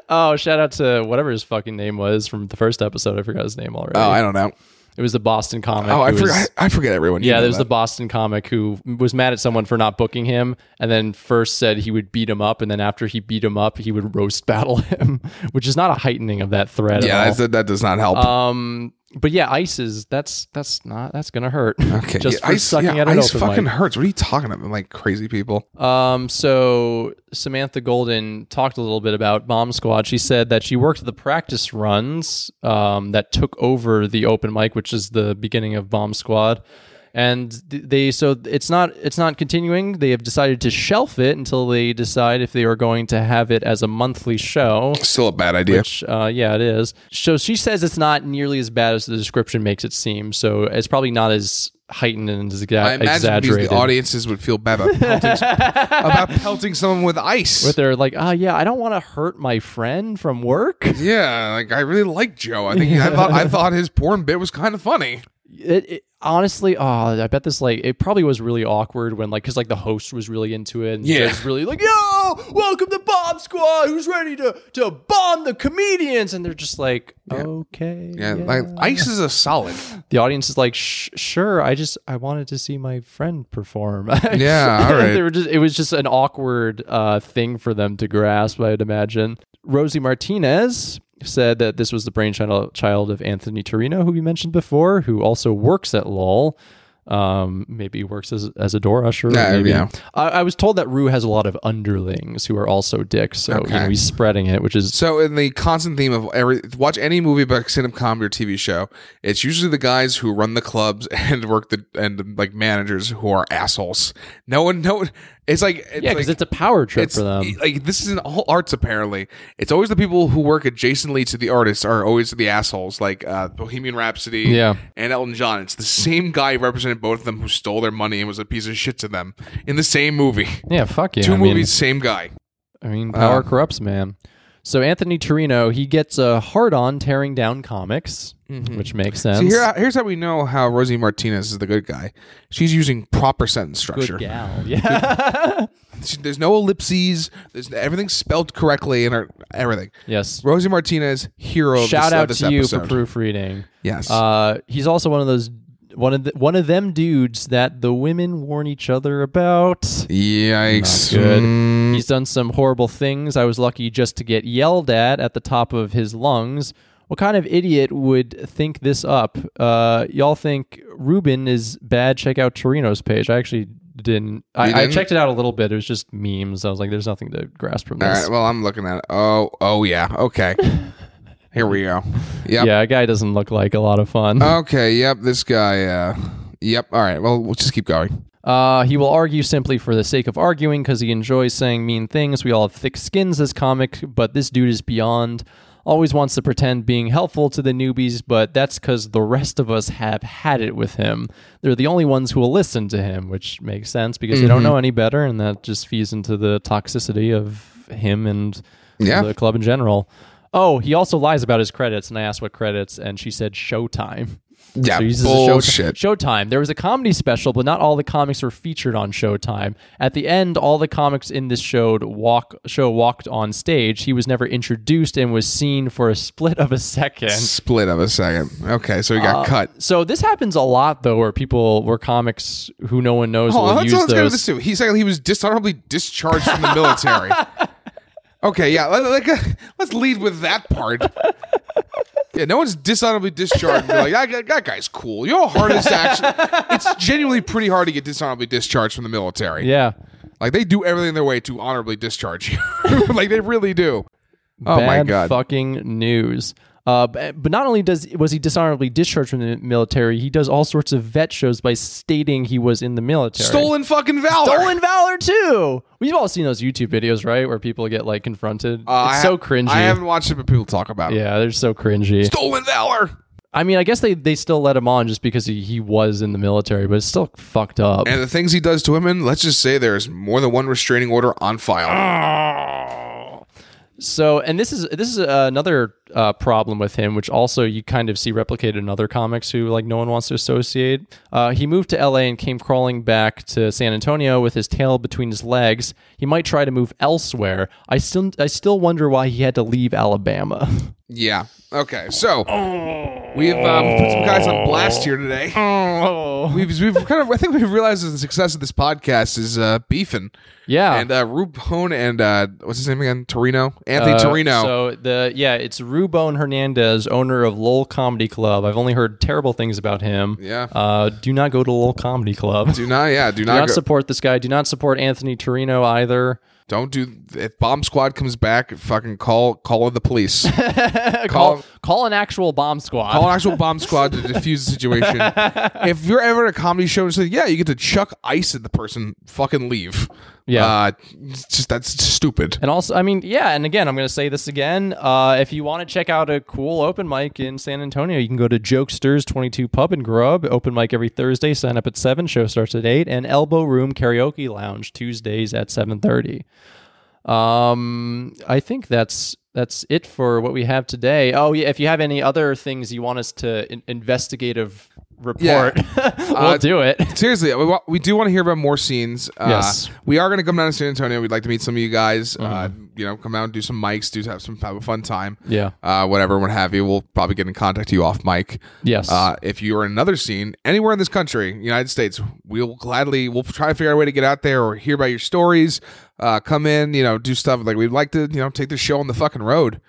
S1: oh, shout out to whatever his fucking name was from the first episode. I forgot his name already.
S2: oh, I don't know.
S1: it was the Boston comic.
S2: Oh, I
S1: who was-
S2: forget. I, I forget everyone. You
S1: Yeah,
S2: know
S1: there's the
S2: that.
S1: Boston comic who was mad at someone for not booking him, and then first said he would beat him up, and then after he beat him up, he would roast battle him, which is not a heightening of that threat.
S2: yeah.
S1: at
S2: that's- That, that does not help.
S1: all. um, but yeah, ice is that's that's not that's gonna hurt.
S2: okay.
S1: just
S2: yeah,
S1: for
S2: ice,
S1: sucking
S2: yeah,
S1: at an
S2: ice
S1: open
S2: fucking
S1: mic.
S2: hurts. What are you talking about? Like crazy people.
S1: Um, so Samantha Golden talked a little bit about Bomb Squad. She said that she worked the practice runs um, that took over the open mic, which is the beginning of Bomb Squad. and th- they so it's not it's not continuing they have decided to shelf it until they decide if they are going to have it as a monthly show
S2: Still a bad idea.
S1: which uh, yeah it is so she says it's not nearly as bad as the description makes it seem so it's probably not as heightened and as exa-
S2: I imagine these,
S1: exaggerated
S2: the audiences would feel bad about pelting, about pelting someone with ice.
S1: but they're like oh yeah i don't want to hurt my friend from work
S2: yeah, like I really like Joe. I think I thought I thought his porn bit was kind of funny.
S1: it, it honestly oh i bet this like it probably was really awkward when like because like the host was really into it and
S2: Yeah.
S1: yeah was really like yo welcome to bomb squad who's ready to to bomb the comedians and they're just like okay
S2: Yeah, like ice is a solid.
S1: the audience is like "Sh- sure i just i wanted to see my friend perform
S2: Yeah, all right.
S1: they were just it was just an awkward uh thing for them to grasp i'd imagine rosie martinez said that this was the brainchild child of anthony torino who we mentioned before who also works at lol um, maybe works as as a door usher. or
S2: Yeah,
S1: maybe.
S2: yeah.
S1: I, I was told that Rue has a lot of underlings who are also dicks, so you
S2: Okay.
S1: know, he's spreading it, which is
S2: So in the constant theme of every watch any movie about stand up comedy or TV show, it's usually the guys who run the clubs and work the and like managers who are assholes. No one, no, one- it's like it's
S1: yeah, because
S2: like,
S1: it's a power trip
S2: it's e
S1: for them.
S2: like this is in all arts apparently. It's always the people who work adjacently to the artists are always the assholes, like uh, Bohemian Rhapsody,
S1: Yeah.
S2: and Elton John. It's the same guy who represented both of them who stole their money and was a piece of shit to them in the same movie.
S1: yeah, fuck yeah.
S2: Two
S1: I mean-
S2: movies, same guy.
S1: I mean, power corrupts, man. So Anthony Torino, he gets a hard on tearing down comics, which makes sense.
S2: Mm-hmm. See, here, uh, here's how we know how Rosie Martinez is the good guy. She's using proper sentence structure.
S1: Good gal, yeah.
S2: She- there's no ellipses. There's everything's spelled correctly and her- everything.
S1: yes.
S2: Rosie Martinez, hero. of
S1: Shout
S2: this,
S1: out
S2: of this
S1: to you
S2: episode.
S1: for proofreading.
S2: Yes.
S1: Uh, he's also one of those one of the, one of them dudes that the women warn each other about.
S2: Yikes.
S1: Not good.
S2: Mm.
S1: He's done some horrible things. I was lucky just to get yelled at at the top of his lungs. What kind of idiot would think this up? Uh, y'all think Ruben is bad? Check out Torino's page. I actually didn't. I,
S2: You
S1: I
S2: didn't?
S1: checked it out a little bit. It was just memes. I was like, there's nothing to grasp from
S2: All
S1: this.
S2: right. Well, I'm looking at it. Oh, oh yeah. Okay. Here we go. Yep.
S1: Yeah, a guy doesn't look like a lot of fun.
S2: Okay. Yep. This guy. Uh, yep. All right. Well, we'll just keep going.
S1: Uh, he will argue simply for the sake of arguing because he enjoys saying mean things. We all have thick skins as comic, but this dude is beyond. Always wants to pretend being helpful to the newbies, but that's because the rest of us have had it with him. They're the only ones who will listen to him, which makes sense because they don't
S2: Mm-hmm.
S1: know any better, and that just feeds into the toxicity of him and
S2: Yeah.
S1: the club in general. Oh, he also lies about his credits, and I asked what credits, and she said Showtime.
S2: Yeah.
S1: So he uses a
S2: bullshit.
S1: Showtime. Showtime. There was a comedy special, but not all the comics were featured on Showtime. At the end, all the comics in this showed walk show walked on stage. He was never introduced and was seen for a split of a second.
S2: Split of a second. Okay. So he got cut.
S1: So this happens a lot though, where people, where comics who no one knows
S2: Oh,
S1: will
S2: let's,
S1: use
S2: let's go to
S1: those.
S2: this too. He said he was dishonorably discharged from the military. Okay, yeah, let, like, uh, let's lead with that part. Yeah, no one's dishonorably discharged. and be like that, that guy's cool. Your hardest action. It's genuinely pretty hard to get dishonorably discharged from the military.
S1: yeah,
S2: Like they do everything in their way to honorably discharge you. like they really do. Oh
S1: bad
S2: my god.
S1: fucking news. Uh, b- but not only does was he dishonorably discharged from the military, he does all sorts of vet shows by stating he was in the military.
S2: Stolen fucking valor.
S1: Stolen Oh, Valor too. We've all seen those YouTube videos, right, where people get like confronted.
S2: Uh,
S1: it's
S2: I
S1: so
S2: ha-
S1: cringy.
S2: I haven't watched it, but people talk about it.
S1: yeah, they're so cringy.
S2: Stolen valor.
S1: I mean, I guess they, they still let him on just because he, he was in the military, but it's still fucked up.
S2: And the things he does to women, let's just say there's more than one restraining order on file.
S1: So, and this is this is uh, another uh, problem with him, which also you kind of see replicated in other comics who like no one wants to associate. Uh, he moved to L.A. and came crawling back to San Antonio with his tail between his legs. He might try to move elsewhere. I still I still wonder why he had to leave Alabama.
S2: Yeah. Okay. So we've um, put some guys on blast here today. We've, we've kind of I think we've realized that the success of this podcast is uh, beefing.
S1: Yeah.
S2: And uh, Rubone and uh, what's his name again? Torino. Anthony
S1: Uh,
S2: Torino.
S1: So the yeah, it's Rubone Hernandez, owner of Lowell Comedy Club. I've only heard terrible things about him.
S2: Yeah.
S1: Uh, do not go to Lowell Comedy Club. Do
S2: do not. Yeah. Do not.
S1: not
S2: go,
S1: support this guy. Do not support Anthony Torino either.
S2: don't do. If Bomb Squad comes back, fucking call call the police.
S1: call
S2: Call-
S1: call, Call an actual bomb squad.
S2: Call an actual bomb squad to defuse the situation. if you're ever at a comedy show and say, "Yeah, you get to chuck ice at the person," fucking leave.
S1: Yeah.
S2: uh, it's just that's stupid.
S1: And also, I mean, yeah, and again, I'm going to say this again. Uh, if you want to check out a cool open mic in San Antonio, you can go to Jokesters 22 Pub and Grub. Open mic every Thursday, sign up at 7, show starts at 8, and Elbow Room Karaoke Lounge Tuesdays at 7.30. Um, I think that's that's it for what we have today. Oh, yeah, if you have any other things you want us to in- investigative report, we'll
S2: Uh,
S1: do it.
S2: Seriously, we, wa- we do want to hear about more scenes. Uh,
S1: Yes. Mm-hmm.
S2: we are going to come down to San Antonio. We'd like to meet some of you guys. Uh, you know, come out and do some mics, do have some have a fun time.
S1: Yeah.
S2: uh, whatever, what have you. We'll probably get in contact with you off mic.
S1: Yes.
S2: Uh, if you are in another scene anywhere in this country, United States, we'll gladly we'll try to figure out a way to get out there or hear about your stories. Uh, come in, you know, do stuff like we'd like to, you know, take the show on the fucking road.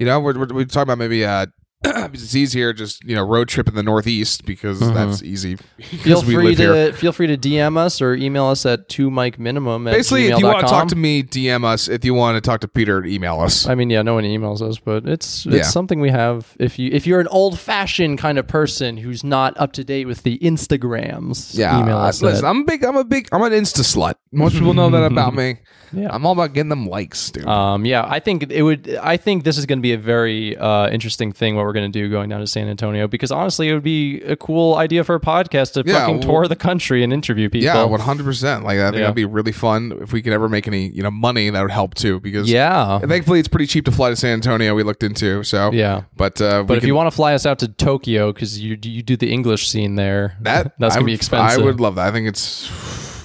S2: You know, we're we're, we're talking about maybe uh, it's easier just you know road trip in the Northeast because that's easy.
S1: Mm-hmm. feel
S2: because we
S1: free
S2: live
S1: to
S2: here.
S1: feel free to DM us or email us at two mic minimum. At
S2: Basically, if you want to talk
S1: gmail.com.
S2: to me, DM us. If you want to talk to Peter, email us.
S1: I mean, yeah, no one emails us, but it's it's
S2: Yeah.
S1: something we have. If you if you're an old fashioned kind of person who's not up to date with the Instagrams,
S2: Yeah, uh,
S1: email us.
S2: listen,
S1: at-
S2: I'm a big. I'm a big. I'm an Insta slut. Most people know that about me.
S1: Yeah.
S2: I'm all about getting them likes, dude.
S1: um, yeah, I think it would. I think this is going to be a very uh, interesting thing. What we're going to do going down to San Antonio, because honestly, it would be a cool idea for a podcast to
S2: Yeah,
S1: fucking
S2: well-
S1: tour the country and interview people.
S2: yeah, one hundred percent. Like I think
S1: Yeah.
S2: that'd be really fun if we could ever make any, you know, money. That would help too, because
S1: yeah.
S2: and thankfully it's pretty cheap to fly to San Antonio. We looked into so
S1: Yeah.
S2: but uh,
S1: But if you want to fly us out to Tokyo, because you you do the English scene there,
S2: that,
S1: that's
S2: I
S1: gonna be
S2: would-
S1: expensive.
S2: I would love that. I think it's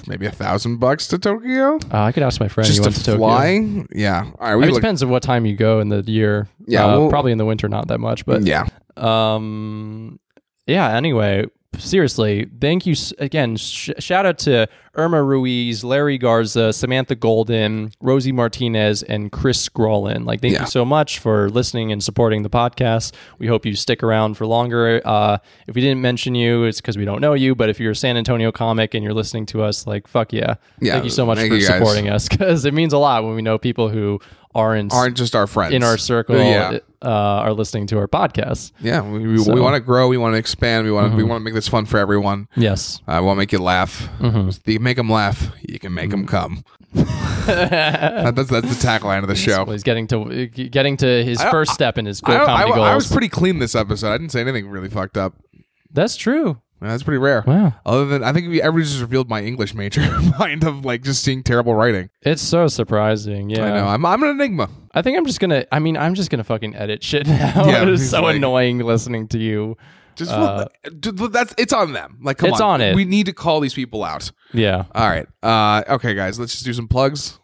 S2: maybe a thousand bucks to Tokyo
S1: Uh, I could ask my friend.
S2: just
S1: who
S2: to
S1: went to Tokyo.
S2: fly. Yeah, all right,
S1: I
S2: we
S1: mean, it
S2: looked.
S1: depends on what time you go in the year.
S2: Yeah,
S1: Uh,
S2: well-
S1: probably in the winter, not that much. But
S2: Yeah,
S1: um, yeah. Anyway, seriously, thank you s- again. Sh- shout out to Irma Ruiz, Larry Garza, Samantha Golden, Rosie Martinez, and Chris Scrollin. Like, thank
S2: Yeah.
S1: you so much for listening and supporting the podcast. We hope you stick around for longer. Uh, if we didn't mention you, it's because we don't know you. But if you're a San Antonio comic and you're listening to us, like, fuck yeah,
S2: Yeah,
S1: thank you so much
S2: thank
S1: for
S2: you guys.
S1: supporting us because it means a lot when we know people who aren't
S2: aren't just our friends
S1: in our circle
S2: Yeah,
S1: uh, are listening to our podcast.
S2: yeah. We, we, want to grow. We want to expand. We want to.
S1: Mm-hmm.
S2: We want to make this fun for everyone.
S1: Yes.
S2: I want to make you laugh.
S1: Mm-hmm.
S2: If you make them laugh, you can make them come. That- that's, that's the tagline of the show.
S1: Well, he's getting to getting to his first step in his
S2: I,
S1: goal comedy
S2: I-
S1: goals.
S2: I was pretty clean this episode. I didn't say anything really fucked up.
S1: That's true.
S2: That's pretty rare.
S1: Wow.
S2: Other than I think we- everybody just revealed my English major mind of like just seeing terrible writing.
S1: It's so surprising. Yeah.
S2: I know I'm I'm an enigma.
S1: I think I'm just gonna. I mean, I'm just gonna fucking edit shit now.
S2: Yeah,
S1: it is
S2: he's
S1: so
S2: like-
S1: annoying listening to you.
S2: Just dude, that's it's on them. Like come
S1: Uh, It's
S2: on,
S1: on it.
S2: We need to call these people out.
S1: Yeah.
S2: All right. Uh, okay, guys, let's just do some plugs.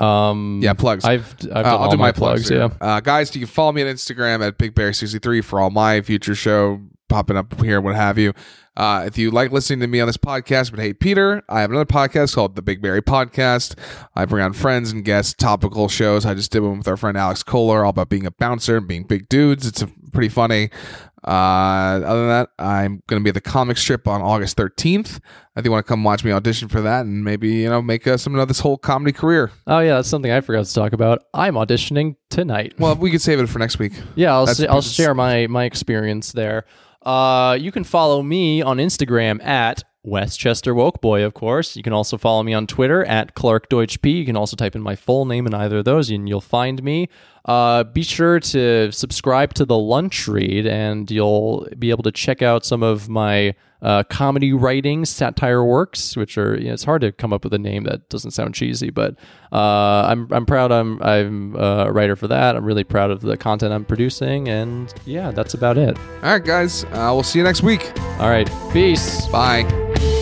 S1: Um.
S2: Yeah, plugs.
S1: I've I've done
S2: Uh,
S1: all
S2: I'll do
S1: my,
S2: my
S1: plugs. yeah.
S2: here. Uh, guys, you can follow me on Instagram at BigBear63 for all my future show popping up here, what have you. Uh, if you like listening to me on this podcast but hate Peter, I have another podcast called The Big Berry Podcast. I bring on friends and guests, topical shows. I just did one with our friend Alex Kohler, all about being a bouncer and being big dudes. It's a, pretty funny. Uh, other than that, I'm going to be at the comic strip on August 13th. If you want to come watch me audition for that and maybe, you know, make uh, some of this whole comedy career.
S1: Oh yeah, that's something I forgot to talk about. I'm auditioning tonight.
S2: Well, we could save it for next week.
S1: Yeah, I'll,
S2: That's-
S1: s will share my my experience there. Uh, you can follow me on Instagram at Westchester Wokeboy, of course. You can also follow me on Twitter at Clark Deutsch P. You can also type in my full name in either of those, and you'll find me. Uh, be sure to subscribe to the Lunch Read, and you'll be able to check out some of my uh, comedy writing, satire works, which are you know, it's hard to come up with a name that doesn't sound cheesy, but uh, I'm I'm proud I'm I'm uh, a writer for that. I'm really proud of the content I'm producing, and yeah, that's about it.
S2: All right, guys. Uh, we'll see you next week.
S1: All right, peace.
S2: Bye.